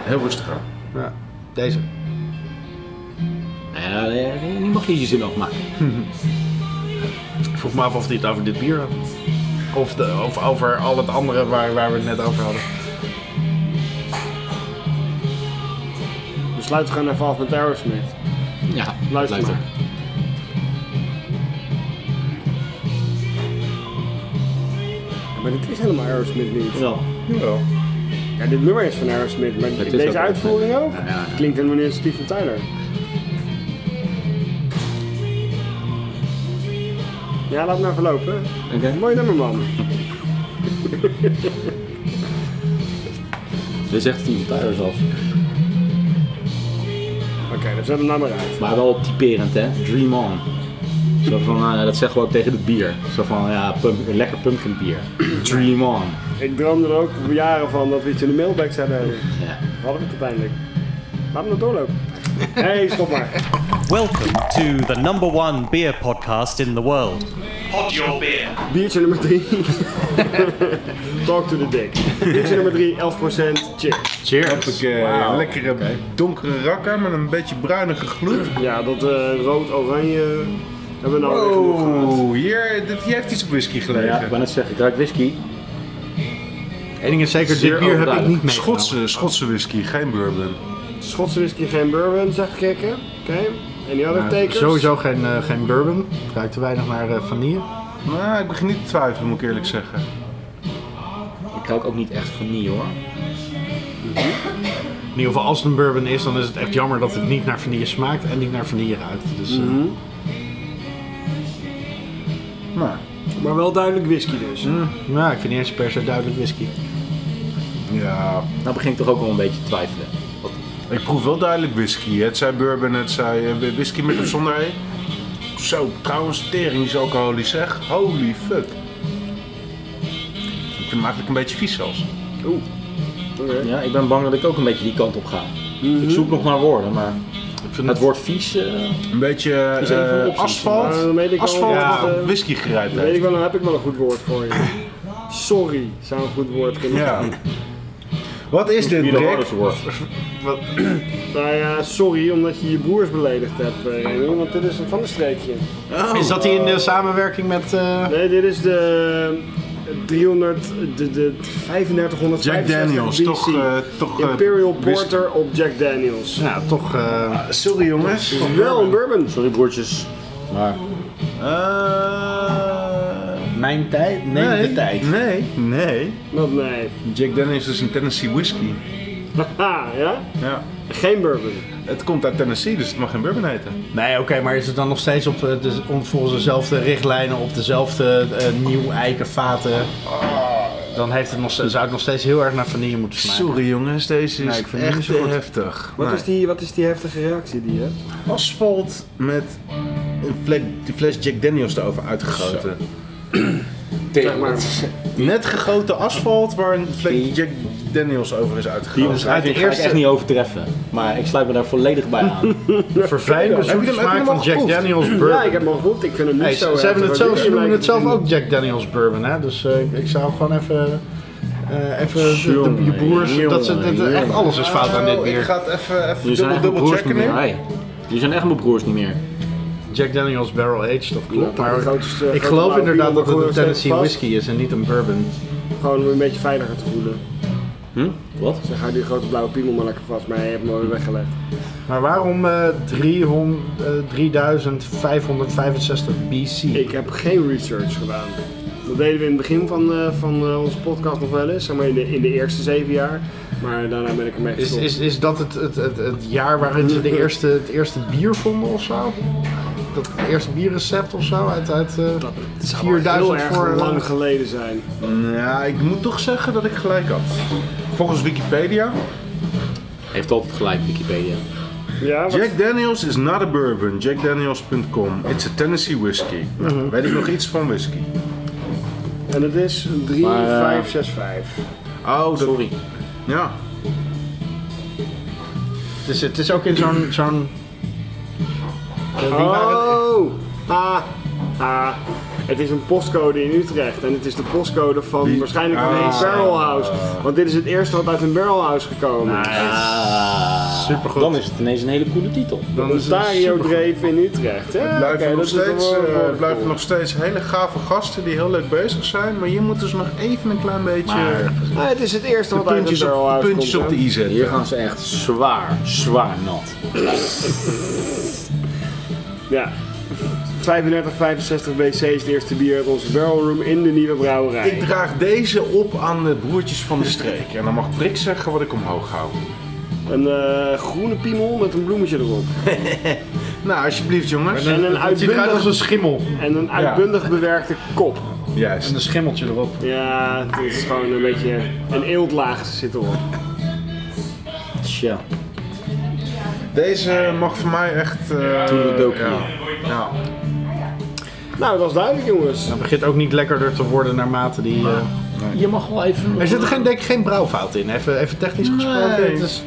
heel rustig aan.
Ja, deze.
Nou ja, eh, nu mag je je zin afmaken.
Ik vroeg me af of hij het over dit bier had. Of, de, of over al het andere waar, waar we het net over hadden.
We sluiten gewoon even af met Aerosmith.
Ja,
Luister maar. Maar dit is helemaal Aerosmith niet.
Wel.
Ja, dit nummer is van Aerosmith, maar
is ook
deze
Aerosmith.
uitvoering ook?
Ja, ja, ja.
Klinkt helemaal niet als Steven Tyler. Ja, laat maar verlopen.
Oké.
Mooi nummer, man.
Dit is echt Steven Tyler zelfs.
Oké, dan zet hem nou maar uit.
Maar wel typerend, hè? Dream on. Zo van, eh, dat zeggen we ook tegen het bier. Zo van, ja, pump, een lekker pumpkin bier. Dream on.
Ik droomde er ook jaren van dat we iets in de mailbag zouden hebben.
Ja.
Hadden we het uiteindelijk. Laat me dat doorlopen. Hé, hey, stop maar.
Welcome to the number one beer podcast in the world. Pod your beer.
Biertje nummer 3. Talk to the dick. Biertje nummer 3, 11%. Cheers.
Heb ik eh, een lekkere donkere rakker met een beetje bruinige gloed.
Ja, dat eh, rood-oranje hebben we nou weer genoeg gehad.
Oh, hier, dit, hier heeft iets op whisky
ja,
gelegen.
ik ben net zeggen, ik ruik whisky.
Eén ding is zeker,
Zeer
dit bier heb ik
overduidelijk.
niet mee.
Schotse, Schotse whisky, geen bourbon.
Schotse whisky, geen bourbon, zegt Kikke. Oké, en die andere tekens?
Sowieso geen, eh, geen bourbon. Het ruikt te weinig naar eh, vanille.
Nou, ik begin niet te twijfelen, moet ik eerlijk zeggen.
Ik ruik ook niet echt vanille, hoor.
In ieder geval, als het een bourbon is, dan is het echt jammer dat het niet naar vanille smaakt en niet naar vanille ruikt. Dus, eh,
Mhm.
Nou,
Maar wel duidelijk whisky dus.
Mm.
Nou, ik vind niet eens per se duidelijk whisky.
Oh.
ja.
Nou begin ik toch ook wel een beetje te twijfelen.
Ik proef wel duidelijk whisky. Het zij bourbon, het zij eh, whisky met of zonder ei. Zo, trouwens, tering is alcoholisch zeg. Holy fuck. Ik vind hem eigenlijk een beetje vies zelfs.
Oeh. Oké.
Ja, ik ben bang dat ik ook een beetje die kant op ga. Ik zoek nog naar woorden, maar
vind
Mhm. het woord vies. eh,
Een beetje
Is er even een
eh,
optie?
asfalt.
Maar dan weet ik wel
asfalt
wat,
wat
eh,
op whisky gerijpt
Weet
heeft.
ik wel, dan heb ik wel een goed woord voor je. Sorry zou een goed woord kunnen
Ja.
zijn.
Wat is dit,
Ieder
Rick?
anders woord.
Nou ja, sorry omdat je je broers beledigd hebt, eh, Remy, want dit is een van de streekje.
Is dat die in de samenwerking met... eh,
Nee, dit is de 300, de, de 3500
Jack Daniels, toch, eh, toch, eh,
Imperial
whisky.
Porter op Jack Daniels.
Nou, toch... eh,
Sorry jongens.
Wel een bourbon.
Sorry broertjes. Maar
Eh,
mijn tijd? Neem
nee,
de tijd.
Nee, nee.
Wat nee.
Jack Daniels is een Tennessee whisky.
Haha, Ah, ja?
Ja.
Geen bourbon.
Het komt uit Tennessee, dus het mag geen bourbon heten.
Nee, oké, maar is het dan nog steeds op eh, de, om- volgens dezelfde richtlijnen, op dezelfde eh, nieuw eikenvaten? Dan heeft het nog, steeds- zou het nog steeds heel erg naar vanille moeten smaken.
Sorry jongens, deze is
Nee, ik vind het
echt
niet zo
te
goed.
heftig.
Wat,
Nee.
is die, wat is die heftige reactie die je hebt?
asfalt met een vlek- die fles Jack Daniels erover uitgegoten.
Zeg maar,
Net gegoten asfalt waar een vlek Jack Daniels over is
die
uitgegoten.
omschrijving ga ik echt niet overtreffen. Maar ik sluit me daar volledig bij aan.
Heb
Vervelende
je hem- heb je
zoetsmaak
hem
van
al
Jack
geproefd?
Daniels bourbon.
ja, ik heb hem al geroepen. Ik vind hem niet
Hey,
zo
ze, ze
heftig,
hebben het
maar
zelf,
jullie
ze noemen
lijken
het zelf
vinden.
ook Jack Daniels bourbon, hè? Dus eh, ik- ik zou gewoon even, eh, even de- de- je broers,
jongen,
dat ze, dat-
jongen.
echt alles is fout aan dit
Oh, Ik
bier.
ga het even, even
Nu zijn
dubbel,
echt mijn
dubbel
broers niet
checken
meer.
nu.
Hey, nu zijn echt mijn broers niet meer.
Jack Daniels Barrel Aged, dat klopt.
Klopt,
Maar
de grootste-
ik
grootste
geloof
blauwe
inderdaad
bier
dat het een
onder
Tennessee
vast.
whisky is en niet een bourbon.
Gewoon om me een beetje veiliger te voelen.
Hm? Wat?
Dan ga je die grote blauwe piemel maar lekker vast, maar je hebt hem alweer weggelegd.
Maar waarom eh, 300, eh, 3565 BC?
Ik heb geen research gedaan. Dat deden we in het begin van, eh, van eh, onze podcast nog wel eens, zeg maar in de, in de eerste zeven jaar. Maar daarna ben ik ermee
Is,
gestopt.
is, is dat het, het, het, het jaar waarin ze de eerste, het eerste bier vonden of zo? Dat het eerste bierrecept of zo uit, uit eh,
Het zou
4000
heel erg
voor... eh,
lang geleden zijn.
Ja, ik moet toch zeggen dat ik gelijk had. Volgens Wikipedia,
Heeft altijd gelijk Wikipedia.
Ja, wat-
Jack Daniels is not a bourbon. JackDaniels.com. It's a Tennessee whiskey. Nou, Weet ik nog iets van whisky?
en het is
eh,
3565.
Oh, dat-
Sorry.
Ja.
Het is, het is ook in zo'n... zo'n eh, die waren-
Oh! Ah, ah. Het is een postcode in Utrecht en het is de postcode van
Die-
waarschijnlijk
Ah.
een barrelhouse. Want dit is het eerste wat uit een barrelhouse gekomen.
Ah,
Supergoed.
Dan is het ineens een hele coole titel.
dan is het
Ontario
supergoed.
Dreef in Utrecht. Ja,
Het blijven,
oké, dat
nog,
is toch
steeds,
wel-
eh,
wel
het blijven
cool.
nog steeds hele gave gasten die heel leuk bezig zijn. Maar hier moeten ze nog even een klein beetje
Ah, het is het eerste
de
wat uit een
puntjes, op,
barrelhouse
puntjes
komt.
op de
hè?
i zetten.
Hier gaan ze echt zwaar, zwaar nat.
Ja. 3565 BC is het eerste bier uit onze barrelroom in de nieuwe brouwerij.
Ik draag deze op aan de broertjes van de streek. En dan mag Prik zeggen wat ik omhoog hou.
Een eh, groene piemel met een bloemetje erop.
Nou, alsjeblieft jongens.
En een
Het ziet eruit als
uitbundig,
een schimmel.
en een uitbundig bewerkte kop.
Juist.
En een schimmeltje erop.
Ja, het is gewoon een beetje een eeltlaag zit erop.
Tja.
Deze mag voor mij echt... eh,
Toedeledokie.
ja. ja.
Nou, dat is duidelijk jongens.
Het begint ook niet lekkerder te worden naarmate die... eh,
Je mag wel even...
Er zit er geen, denk ik, geen brouwfout in, even, even technisch gesproken.
Nee.
Het is,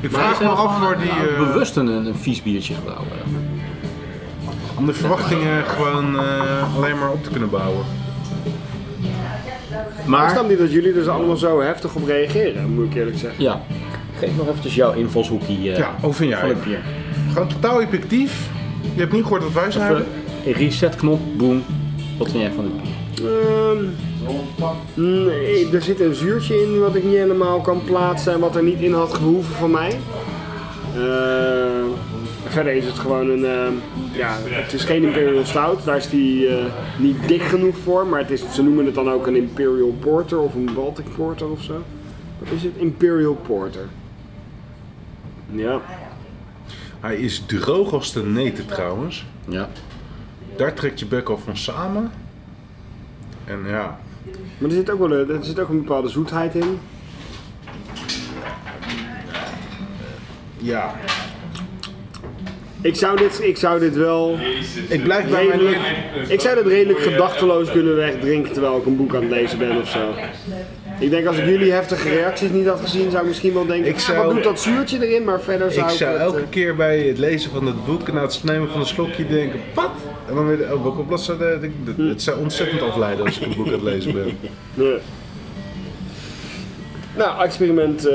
Ik
Maar
vraag me af waar
nou,
die... eh,
bewust een, een vies biertje gebrouwen.
om de verwachtingen gewoon eh, alleen maar op te kunnen bouwen.
Ik
Maar...
snap niet dat jullie er allemaal zo heftig op reageren, moet ik eerlijk zeggen.
Ja. Geef nog eventjes jouw invalshoekje eh,
Ja, hoe vind jij
van het
het?
bier.
Gewoon totaal objectief. Je hebt niet gehoord wat wij zeiden.
Even reset knop, boom. Wat vind jij van dit bier?
Ehm, nee, er zit een zuurtje in wat ik niet helemaal kan plaatsen en wat er niet in had gehoeven van mij. Eh, verder is het gewoon een, ehm, ja, het is geen Imperial Stout, daar is die eh, niet dik genoeg voor, maar het is, ze noemen het dan ook een Imperial Porter of een Baltic Porter of zo. Wat is het? Imperial Porter. Ja.
Hij is droog als de neten trouwens.
Ja.
Daar trekt je bek al van samen. En ja,
Maar er zit ook wel een, er zit ook een bepaalde zoetheid in.
ja.
Ik zou dit, ik zou dit wel
Ik blijf bij mijn...
redelijk, ik zou dit redelijk gedachteloos kunnen wegdrinken terwijl ik een boek aan het lezen ben of zo. Ik denk als ik jullie heftige reacties niet had gezien, zou ik misschien wel denken,
Ik
ik
zou-
wat doet dat zuurtje erin? Maar verder zou
Ik
ik,
zou
het, eh,
elke keer bij het lezen van het boek na het nemen van een slokje denken, pat! En dan weer, oh, welke bladzijde? Ik denk, dat- Het zou ontzettend afleiden als ik een boek aan het lezen ben.
Nee. Nou, experiment eh,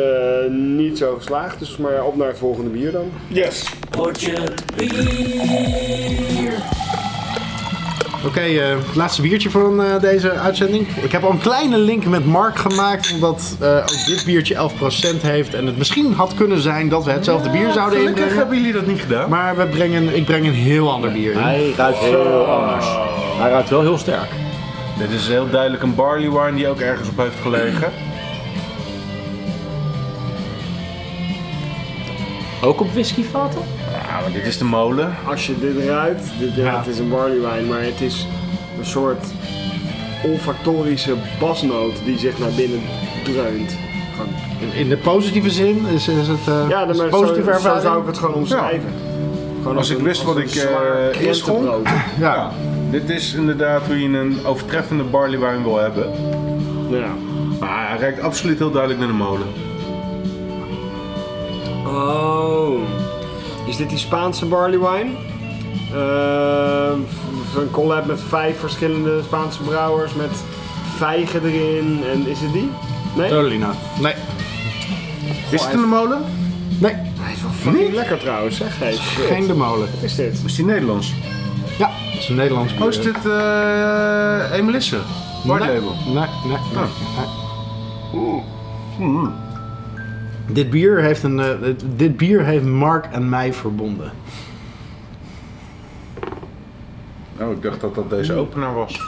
niet zo geslaagd, dus maar op naar het volgende bier dan. Yes.
Oké, eh, het laatste biertje van eh, deze uitzending. Ik heb al een kleine link met Mark gemaakt, omdat eh, ook dit biertje 11% heeft. En het misschien had kunnen zijn dat we hetzelfde bier zouden
Gelukkig
inbrengen.
hebben jullie dat niet gedaan.
Maar we brengen, ik breng een heel ander bier in.
Hij ruikt heel anders. Hij ruikt wel heel sterk.
Dit is heel duidelijk een barley wine die ook ergens op heeft gelegen.
Ook op whiskyvaten?
Ja, maar dit is de molen.
Als je dit ruikt, dit, ja, het is een barley wine, maar het is een soort olfactorische basnoot die zich naar binnen dreunt. Gewoon-
In de positieve zin is, is het eh,
Ja,
is
maar
het
zo,
positieve
zo
ervaring.
zou ik het gewoon omschrijven. Gewoon
Als ik
een-
wist
als
wat
een
ik,
zwaar
eh, eerst dronk.
krentenbrood.
Ja.
Dit is inderdaad hoe je een overtreffende barley wine wil hebben.
Ja.
Maar hij reikt absoluut heel duidelijk naar de molen.
Oh. Is dit die Spaanse barley wine? Ehm, v- een collab met vijf verschillende Spaanse brouwers met vijgen erin. En is het die? Nee?
Totally not. Nee.
Is het in de molen?
Nee,
Hij is wel fucking lekker trouwens, zeg. Hey, shit.
geen de molen.
Wat is dit?
Is die Nederlands?
Ja, dat is een Nederlands bier.
Oh, is dit eh Emelisse?
nee,
Barlabel.
nee, nee, nee, nee. Dit bier heeft een, eh, dit- dit bier heeft Mark en mij verbonden.
Oh, ik dacht dat dat deze opener was.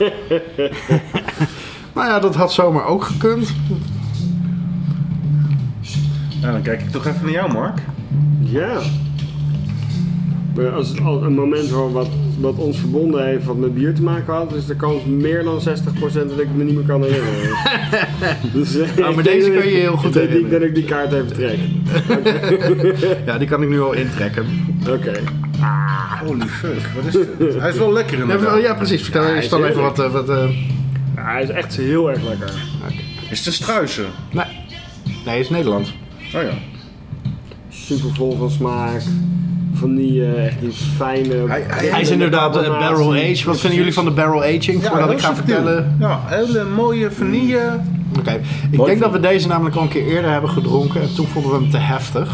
Nou ja, dat had zomaar ook gekund.
Nou, dan kijk ik toch even naar jou, Mark.
Ja. Maar als het al een moment voor wat, wat ons verbonden heeft wat met bier te maken had, is de kans meer dan 60% dat ik me niet meer kan herinneren. dus, eh, ik
Nou, maar
denk
deze
dat
kun
ik-
je heel goed
dat ik-
herinneren.
Dat ik die kaart even trek.
Ja, die kan ik nu al intrekken.
Oké.
Holy fuck, wat is dit? hij is wel lekker
Ja,
inderdaad.
ja precies. Vertel
hij
eens
is
dan
heel
even wat. eh, wat eh,
Ja, Hij is echt heel erg lekker.
Is het een struisen?
nee. nee, is Nederlands.
Oh ja.
Super vol van smaak. Van die eh, echt die fijne.
Hij- hij-
Hij is inderdaad eh, barrel aged. Wat vinden jullie van de barrel aging? Voordat ik ga vertellen.
Ja, hele mooie vanille.
Oké, ik denk dat we deze namelijk al een keer eerder hebben gedronken en toen vonden we hem te heftig.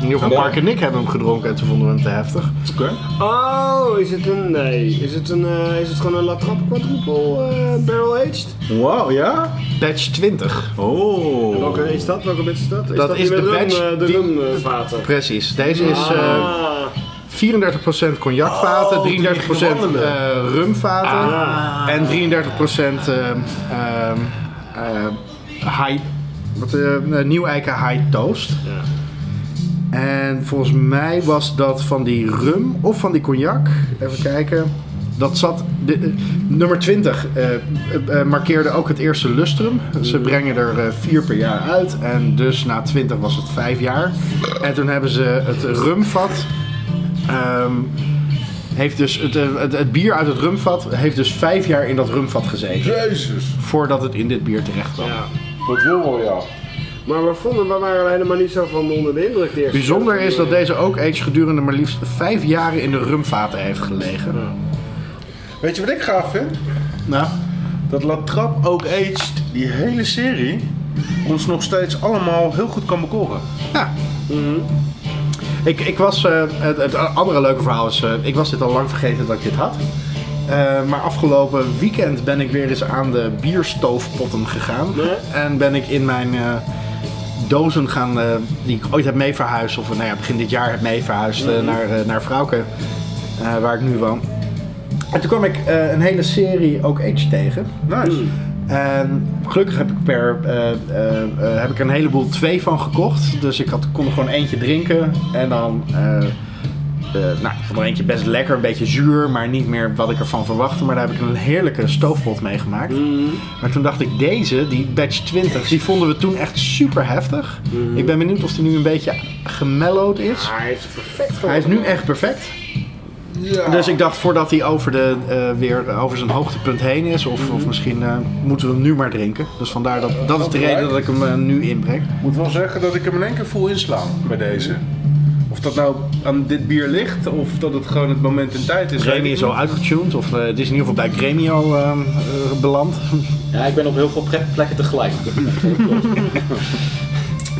In ieder geval Mark en ik hebben hem gedronken en toen vonden we hem te heftig.
Oké.
Oh, is het een. Nee. Is het, een, eh, is het gewoon een La Trappe quadruple eh, barrel aged?
Wow, ja?
Batch 20.
Oh.
Welke is dat? Welke bitch is dat? Is
Dat is
die met
de
rum,
batch
eh, de
die-
rumvaten.
Precies. Deze is eh
ah, Oh,
34% cognacvaten, 33% eh, rumvaten
Ah.
en 33% eh, ehm, eh, high, wat, eh, nieuw eiken high toast.
ja.
En volgens mij was dat van die rum of van die cognac. Even kijken. Dat zat. de- eh, nummer 20 eh, eh, eh, markeerde ook het eerste lustrum. Ze brengen er eh, vier per jaar uit. En dus na 20 was het vijf jaar. En toen hebben ze het rumvat. ehm, heeft dus het, eh, het, het bier uit het rumvat heeft dus vijf jaar in dat rumvat gezeten.
Jezus.
Voordat het in dit bier terecht kwam.
ja.
Wat wil wel, ja.
Maar we vonden, we waren er helemaal niet zo van onder de indruk. de eerste
Bijzonder
keer.
is dat deze ook eens gedurende maar liefst vijf jaren in de rumvaten heeft gelegen.
Weet je wat ik gaaf vind?
Nou,
Dat La Trappe ook aged, die hele serie, ons nog steeds allemaal heel goed kan bekoren.
ja. Mhm. Ik, ik was, eh, het, het andere leuke verhaal is, eh, ik was dit al lang vergeten dat ik dit had. Eh, maar afgelopen weekend ben ik weer eens aan de bierstoofpotten gegaan.
Nee.
En ben ik in mijn eh, dozen gaan, eh, die ik ooit heb mee verhuisd, of nou ja, begin dit jaar heb mee verhuisd eh, naar, eh, naar Vrouwke, eh, waar ik nu woon. En toen kwam ik eh, een hele serie ook eens tegen.
Nice.
En gelukkig heb ik, per, eh, eh, eh, heb ik er een heleboel twee van gekocht. Dus ik had, kon er gewoon eentje drinken. En dan eh,
eh, nou,
Ik vond er eentje best lekker, een beetje zuur, maar niet meer wat ik ervan verwachtte. Maar daar heb ik een heerlijke stoofpot mee gemaakt.
Mhm.
Maar toen dacht ik, deze, die batch 20, die vonden we toen echt super heftig. Ik ben benieuwd of die nu een beetje gemellowed is.
Maar Mhm. Ah, hij is perfect geworden.
Hij is nu echt perfect. Dus ik dacht, voordat hij over, de, eh, weer over zijn hoogtepunt heen is, of,
Mhm.
of misschien eh, moeten we hem nu maar drinken. Dus vandaar dat, dat is de reden dat ik hem eh, nu inbreng.
Ik moet wel zeggen dat ik hem in één keer voel inslaan bij deze. Of dat nou aan dit bier ligt, of dat het gewoon het moment in tijd is.
Remy is al uitgetuned, of eh, het is in ieder geval bij Gremio eh, eh, beland.
ja, ik ben op heel veel pre- plekken tegelijk.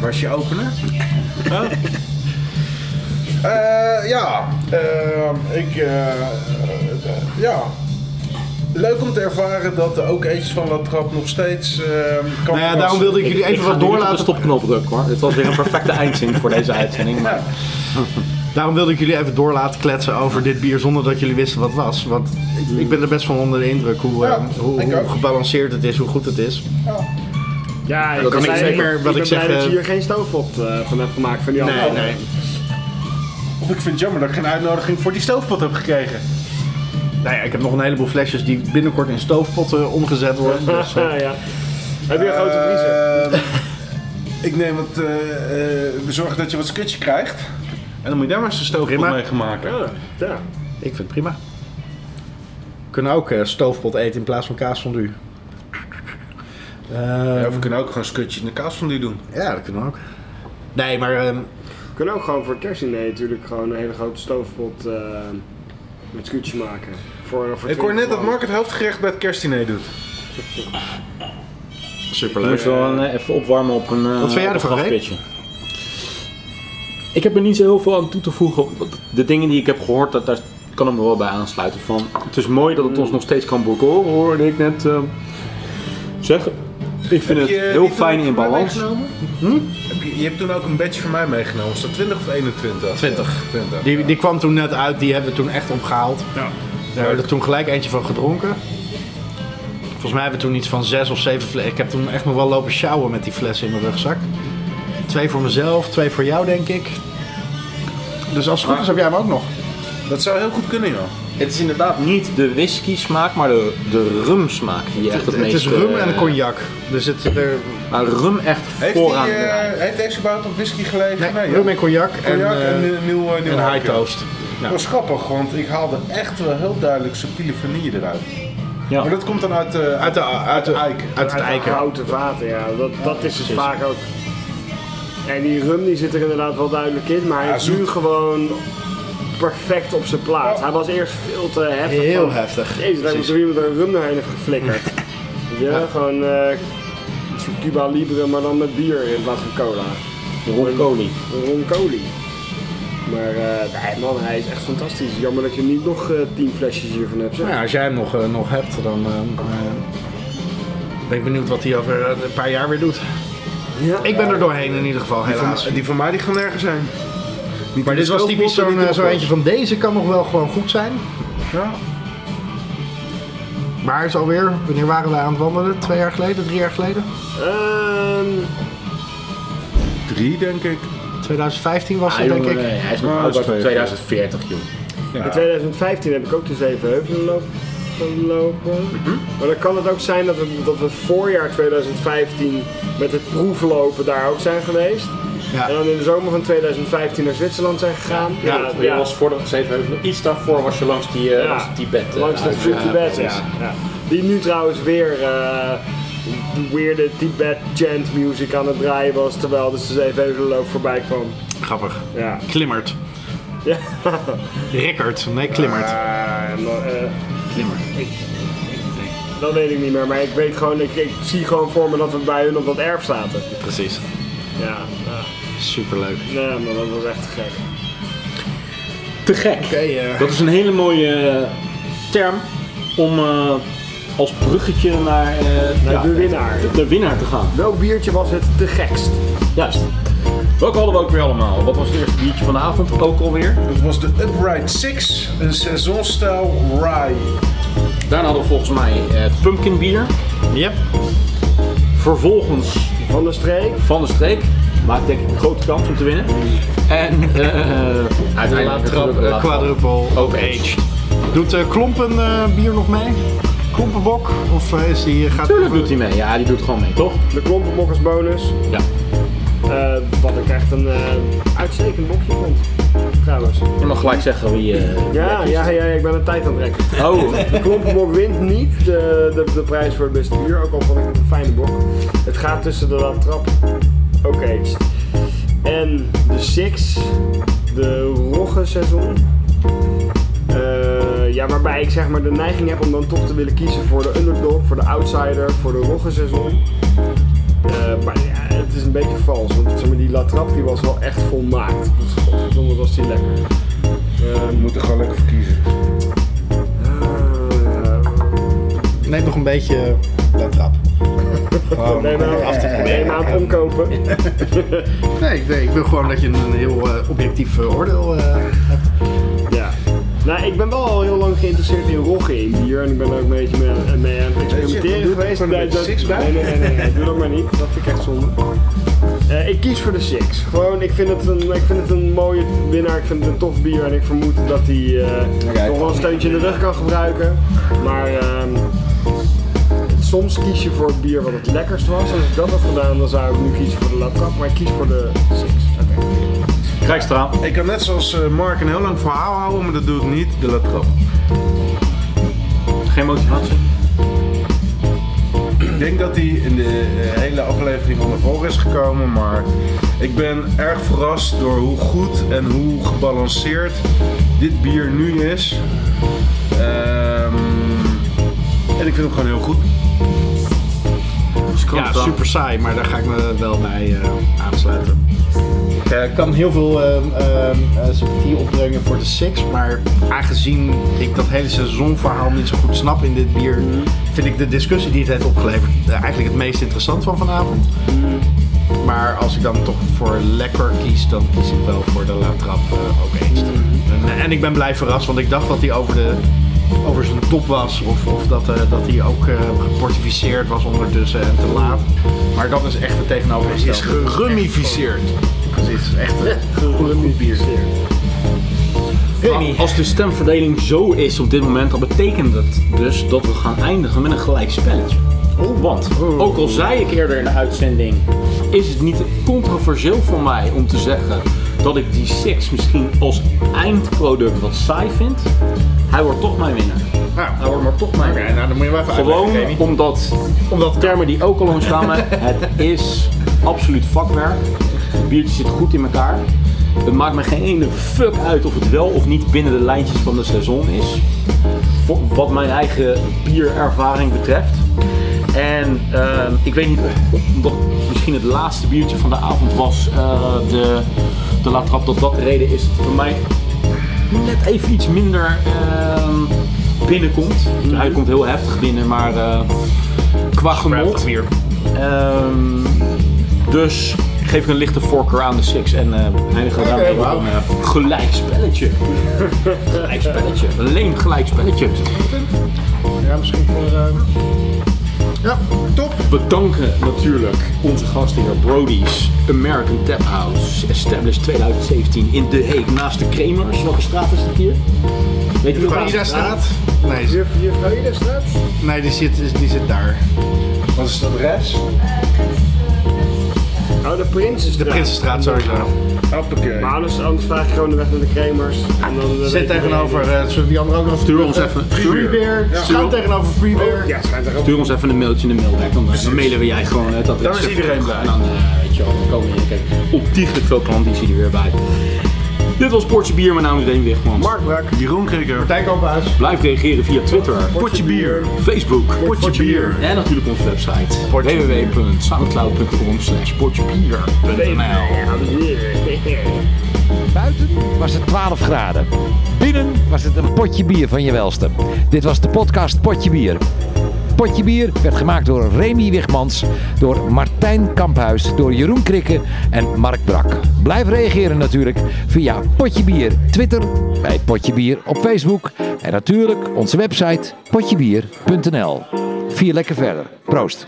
Waar is je opener? Eh, ja, eh, ik. eh, eh, ja. Leuk om te ervaren dat de ook eentjes van La Trap nog steeds. eh, kan
Nou ja, daarom wilde ik jullie even wat door
De
laten
stopknop drukken hoor. Dit was weer een perfecte eindzin voor deze uitzending. Maar...
Daarom wilde ik jullie even door laten kletsen over dit bier zonder dat jullie wisten wat het was. Want ik, ik ben er best van onder de indruk hoe, eh,
Ja,
hoe,
ik
hoe
ook.
gebalanceerd het is, hoe goed het is.
Ja, ik
dat
ben
kan ik
blij-
zeker.
ik
Wat
ben
ik zeg,
blij dat je
eh,
hier geen stoofpot eh, van hebt gemaakt van die andere.
Of ik vind het jammer dat ik geen uitnodiging voor die stoofpot heb gekregen.
Nou ja, ik heb nog een heleboel flesjes die binnenkort in stoofpotten omgezet worden. Dus, eh,
ja. Heb je een grote vriezer?
Eh, ik neem het. eh, eh, we zorgen dat je wat skutje krijgt. En dan moet je daar maar eens een stoofpot
Prima.
mee gaan maken.
Ja, ja.
ik vind het prima. We kunnen ook eh, stoofpot eten in plaats van kaasfondue. Eh
Ja, of we kunnen ook gewoon een skutje in de kaas van die doen.
ja, dat kunnen we ook. Nee, maar ehm,
We kunnen ook gewoon voor kerstdiner natuurlijk gewoon een hele grote stoofpot eh, met scootje maken. Voor, voor
Ik hoor net dat
20 man.
Mark het hoofdgerecht bij het kerstdiner doet.
Superleuk. Moet je wel een, eh, even opwarmen op een. eh,
Wat vind jij
op een
ervan, Rick?
gaspitje. Ik heb er niet zo heel veel aan toe te voegen. Want De dingen die ik heb gehoord, dat, daar kan ik me wel bij aansluiten. Van, het is mooi dat het
Mm.
ons nog steeds kan bekoren, hoorde ik net eh, zeggen. Ik vind het
Heb je
heel
die toen
fijn
ook
in
voor mij
balans. Hm?
meegenomen? Heb je, je hebt toen ook een badge voor mij meegenomen. Was dat 20 of 21?
20.
20.
Die, die kwam toen net uit, die hebben we toen echt opgehaald.
Ja.
Daar hebben we er toen gelijk eentje van gedronken. Volgens mij hebben we toen iets van zes of zeven flessen. Ik heb toen echt nog wel lopen sjouwen met die flessen in mijn rugzak. Twee voor mezelf, twee voor jou, denk ik. Dus als het goed is, heb jij hem ook nog.
Dat zou heel goed kunnen, joh.
Het is inderdaad niet de whisky smaak, maar de, de rum smaak die echt het,
Het
meest...
is rum en
eh,
cognac. Dus het, er,
Maar rum echt
Heeft, die,
vooraan.
eh heeft deze gebouwd op whisky gelegen?
nee,
hè?
rum en cognac, en,
Cognac
eh,
en, eh, nieuw, eh, nieuw
en high
Heineken.
toast.
Dat was grappig, want ik haalde echt wel heel duidelijk subtiele vanille eruit.
Ja.
Maar dat komt dan uit, eh uit,
Uit, de, uit, de,
eik.
uit het
Uit
eiken.
houten vaten, ja. Dat, dat is het vaak ook. En die rum die zit er inderdaad wel duidelijk in, maar hij
Ja,
is
zoet.
nu gewoon perfect op zijn plaats. Hij was eerst veel te heftig.
Heel
van-
heftig.
Jezus, daar moet er iemand een rum doorheen heeft geflikkerd. Weet je, gewoon eh, iets van Cuba Libre, maar dan met bier in plaats van cola.
Ronconi.
Ron Colie. Maar eh, nee, man, hij is echt fantastisch. Jammer dat je niet nog eh, tien flesjes hiervan hebt. zeg.
Nou ja, als jij hem nog, eh, nog hebt, dan eh, eh, ben ik benieuwd wat hij over eh, een paar jaar weer doet.
Ja.
Ik ben er doorheen in ieder geval,
Die
helaas.
van, die van mij die gaan nergens zijn.
Maar dit was typisch zo'n eh, zo eentje van deze kan nog wel gewoon goed zijn.
Ja.
Maar het is alweer, wanneer waren we aan het wandelen? Twee jaar geleden, drie jaar geleden?
Ehm,
Drie, denk ik.
2015 was
Ah,
het, denk
jongen,
ik.
nee, hij is nog
Ah,
oud
dat is
uit
twee.
2040, joh.
In 2015 heb ik ook de Zeven Heuvelen lo- gelopen.
Mhm.
Maar dan kan het ook zijn dat we, dat we voorjaar 2015 met het proeflopen daar ook zijn geweest.
Ja.
En dan in de zomer van 2015 naar Zwitserland zijn gegaan.
Ja, dat was voor de Zevenheuvel. Iets daarvoor was je langs die eh,
Ja.
langs Tibet. eh,
Langs de
uit-
Free
eh,
Tibet is.
ja.
Ja. Die nu trouwens weer eh weirde Tibet chant music aan het draaien was, terwijl de Zeven Heuvelen loop voorbij kwam.
Grappig.
Ja.
Klimmert.
ja.
Rickert. Nee, Klimmert.
Ah, en dan, eh, Dat weet ik niet meer, maar ik weet gewoon, ik, ik zie gewoon voor me dat we bij hun op dat erf zaten.
Precies.
Ja, ja.
Superleuk. Oké,
nee, maar dat was echt te gek.
Te gek.
eh,
Dat is een hele mooie eh, term om eh, als bruggetje naar, eh, ja,
de Nou, winnaar.
De, de winnaar te gaan.
Welk biertje was het te gekst?
Juist. Welke hadden we ook weer allemaal? Wat was het eerste biertje van de avond? Ook alweer.
Dat was de Upright Six, een seizoenstijl rye.
Daarna hadden we volgens mij eh, het pumpkin bier.
yep.
Vervolgens
Van de streek?
van de streek. Maakt denk ik een grote kans om te winnen. En eh, eh, uiteindelijk
Trap,
natuurlijk de
eh,
laatste
quadruple,
trap.
open age. Doet eh, Klompen eh, bier nog mee? Klompenbok? Of eh, is die, gaat
Tuurlijk doet hij mee. Ja, die doet gewoon mee, toch?
De klompenbok als bonus.
Ja.
eh, wat ik echt een eh, uitstekend bokje vond. Trouwens.
Je mag gelijk zeggen wie... eh,
Ja, ja, ja, ik ben een tijd aan het rekken.
Oh,
De klompenbok wint niet de, de, de prijs voor het beste bier, ook al vond ik het een fijne bok. Het gaat tussen de Latrap, oké, en de Six, de Rogge seizoen. Eh, ja, waarbij ik zeg maar de neiging heb om dan toch te willen kiezen voor de underdog, voor de outsider, voor de Rogge seizoen. Eh, maar ja, het is een beetje vals, want zeg maar, die Latrap die was wel echt volmaakt. Dus Godverdomme was die lekker. Ehm,
We moeten gewoon lekker verkiezen.
Neemt nog een beetje dat trap.
Gewoon.
Nee, maar
af te proberen.
nee, maar aan het omkopen.
Nee, nee, ik wil gewoon dat je een heel eh, objectief eh, oordeel eh, hebt.
Ja. Nou, ik ben wel al heel lang geïnteresseerd in roggen in bier. En ik ben er ook een beetje mee, mee aan het
Weet je,
experimenteren
doe
geweest.
gewoon een beetje six bij.
nee, nee, nee, nee, nee, doe dat maar niet. Dat vind ik echt zonde. Eh, ik kies voor de Six. Gewoon, ik vind, het een, ik vind het een mooie winnaar. Ik vind het een tof bier. En ik vermoed dat hij eh,
Oké.
nog wel een steuntje in de rug kan gebruiken. Maar ehm, soms kies je voor het bier wat het lekkerst was. Als ik dat had gedaan, dan zou ik nu kiezen voor de Latrap. Maar ik kies voor de Six.
Rijkstra.
Ik kan net zoals eh, Mark een heel lang verhaal houden, maar dat doe ik niet. De latrap.
Geen motivatie.
Ik denk dat hij in de eh, hele aflevering onder voor is gekomen, maar ik ben erg verrast door hoe goed en hoe gebalanceerd dit bier nu is. Ehm, en ik vind hem gewoon heel goed.
Ja, super saai, maar daar ga ik me wel bij eh, aansluiten. Ik eh, kan heel veel ehm, ehm, eh, sympathie opbrengen voor de Six, maar aangezien ik dat hele seizoenverhaal niet zo goed snap in dit bier, vind ik de discussie die het heeft opgeleverd eh, eigenlijk het meest interessant van vanavond. Maar als ik dan toch voor lekker kies, dan kies ik wel voor de Lautrap eh ook eens. En, en ik ben blij verrast, want ik dacht dat hij over, de, over zijn top was. Of, of dat, eh, dat hij ook eh geportificeerd was ondertussen en eh, te laat. Maar dat is echt het tegenovergestelde.
Is gerummificeerd.
Precies, echt eh,
Gelukkig bier.
Maar Als de stemverdeling zo is op dit moment, dan betekent dat dus dat we gaan eindigen met een gelijk spelletje. Oh, Want, ook al zei ik eerder in de uitzending, is het niet controversieel voor mij om te zeggen dat ik die Six misschien als eindproduct wat saai vind. Hij wordt toch mijn winnaar. Hij wordt maar toch mijn winnaar.
nou, dan moet je maar even
Gewoon
uitleggen, Remy.
omdat, omdat termen die ook al ontstaan, het is absoluut vakwerk. Het biertje zit goed in elkaar. Het maakt me geen ene fuck uit of het wel of niet binnen de lijntjes van de seizoen is. Voor- Wat mijn eigen bierervaring betreft. En ehm, ik weet niet of omdat het misschien het laatste biertje van de avond was, eh, de, de La Trappe, dat dat de reden is dat het bij mij net even iets minder ehm, binnenkomt. Hij komt heel heftig binnen, maar eh, qua
Craft
genot.
bier.
ehm, dus geef ik een lichte voorkeur aan de Six en eh eindigen we daarmee met
wauw.
een eh, gelijk spelletje. gelijk spelletje. Een leem gelijk spelletje.
Ja, misschien voor... ehm, Ja, top.
We danken natuurlijk onze gastheer Brody's American Tap House, established 2017 in De Heek naast de Kremers. Welke straat is het hier? Weet je welke
Farida
straat?
staat. Nee, ze-
Juf, juf Aida staat?
nee die, zit, die zit daar.
Wat is het adres?
Oh, de Prinsenstraat.
De Prinsenstraat, sowieso.
Hoppakee.
Maar anders, anders vraag je gewoon de weg naar de Kremers. En dan, eh, weet je
Zit tegenover, eh, zullen we die andere ook nog
Stuur ons even.
Free Beer.
Ja.
Schuin tegenover Free Beer.
Ja, schijnt er ook.
Stuur ons even een mailtje in de mailbag, dan, eh, dan mailen we jij gewoon het adres.
Dan is iedereen blij.
En dan, eh, weet je wel, dan komen hier, kijk, ontiegelijk veel klanten die zien er weer bij. Dit was Portje Bier, mijn naam is Deen Wichmans.
Mark Brak, Jeroen Krikker,
Partij Koophuis.
Blijf reageren via Twitter,
Potje Bier,
Facebook,
Potje Bier.
En natuurlijk onze website www.soundcloud.com slash
Buiten was het 12 graden. Binnen was het een potje bier van je welste. Dit was de podcast Potje Bier. Potje Bier werd gemaakt door Remy Wigmans, door Martijn Kamphuis, door Jeroen Krikke en Mark Brak. Blijf reageren natuurlijk via Potje Bier Twitter, bij Potje Bier op Facebook en natuurlijk onze website potjebier.nl. Vier lekker verder. Proost.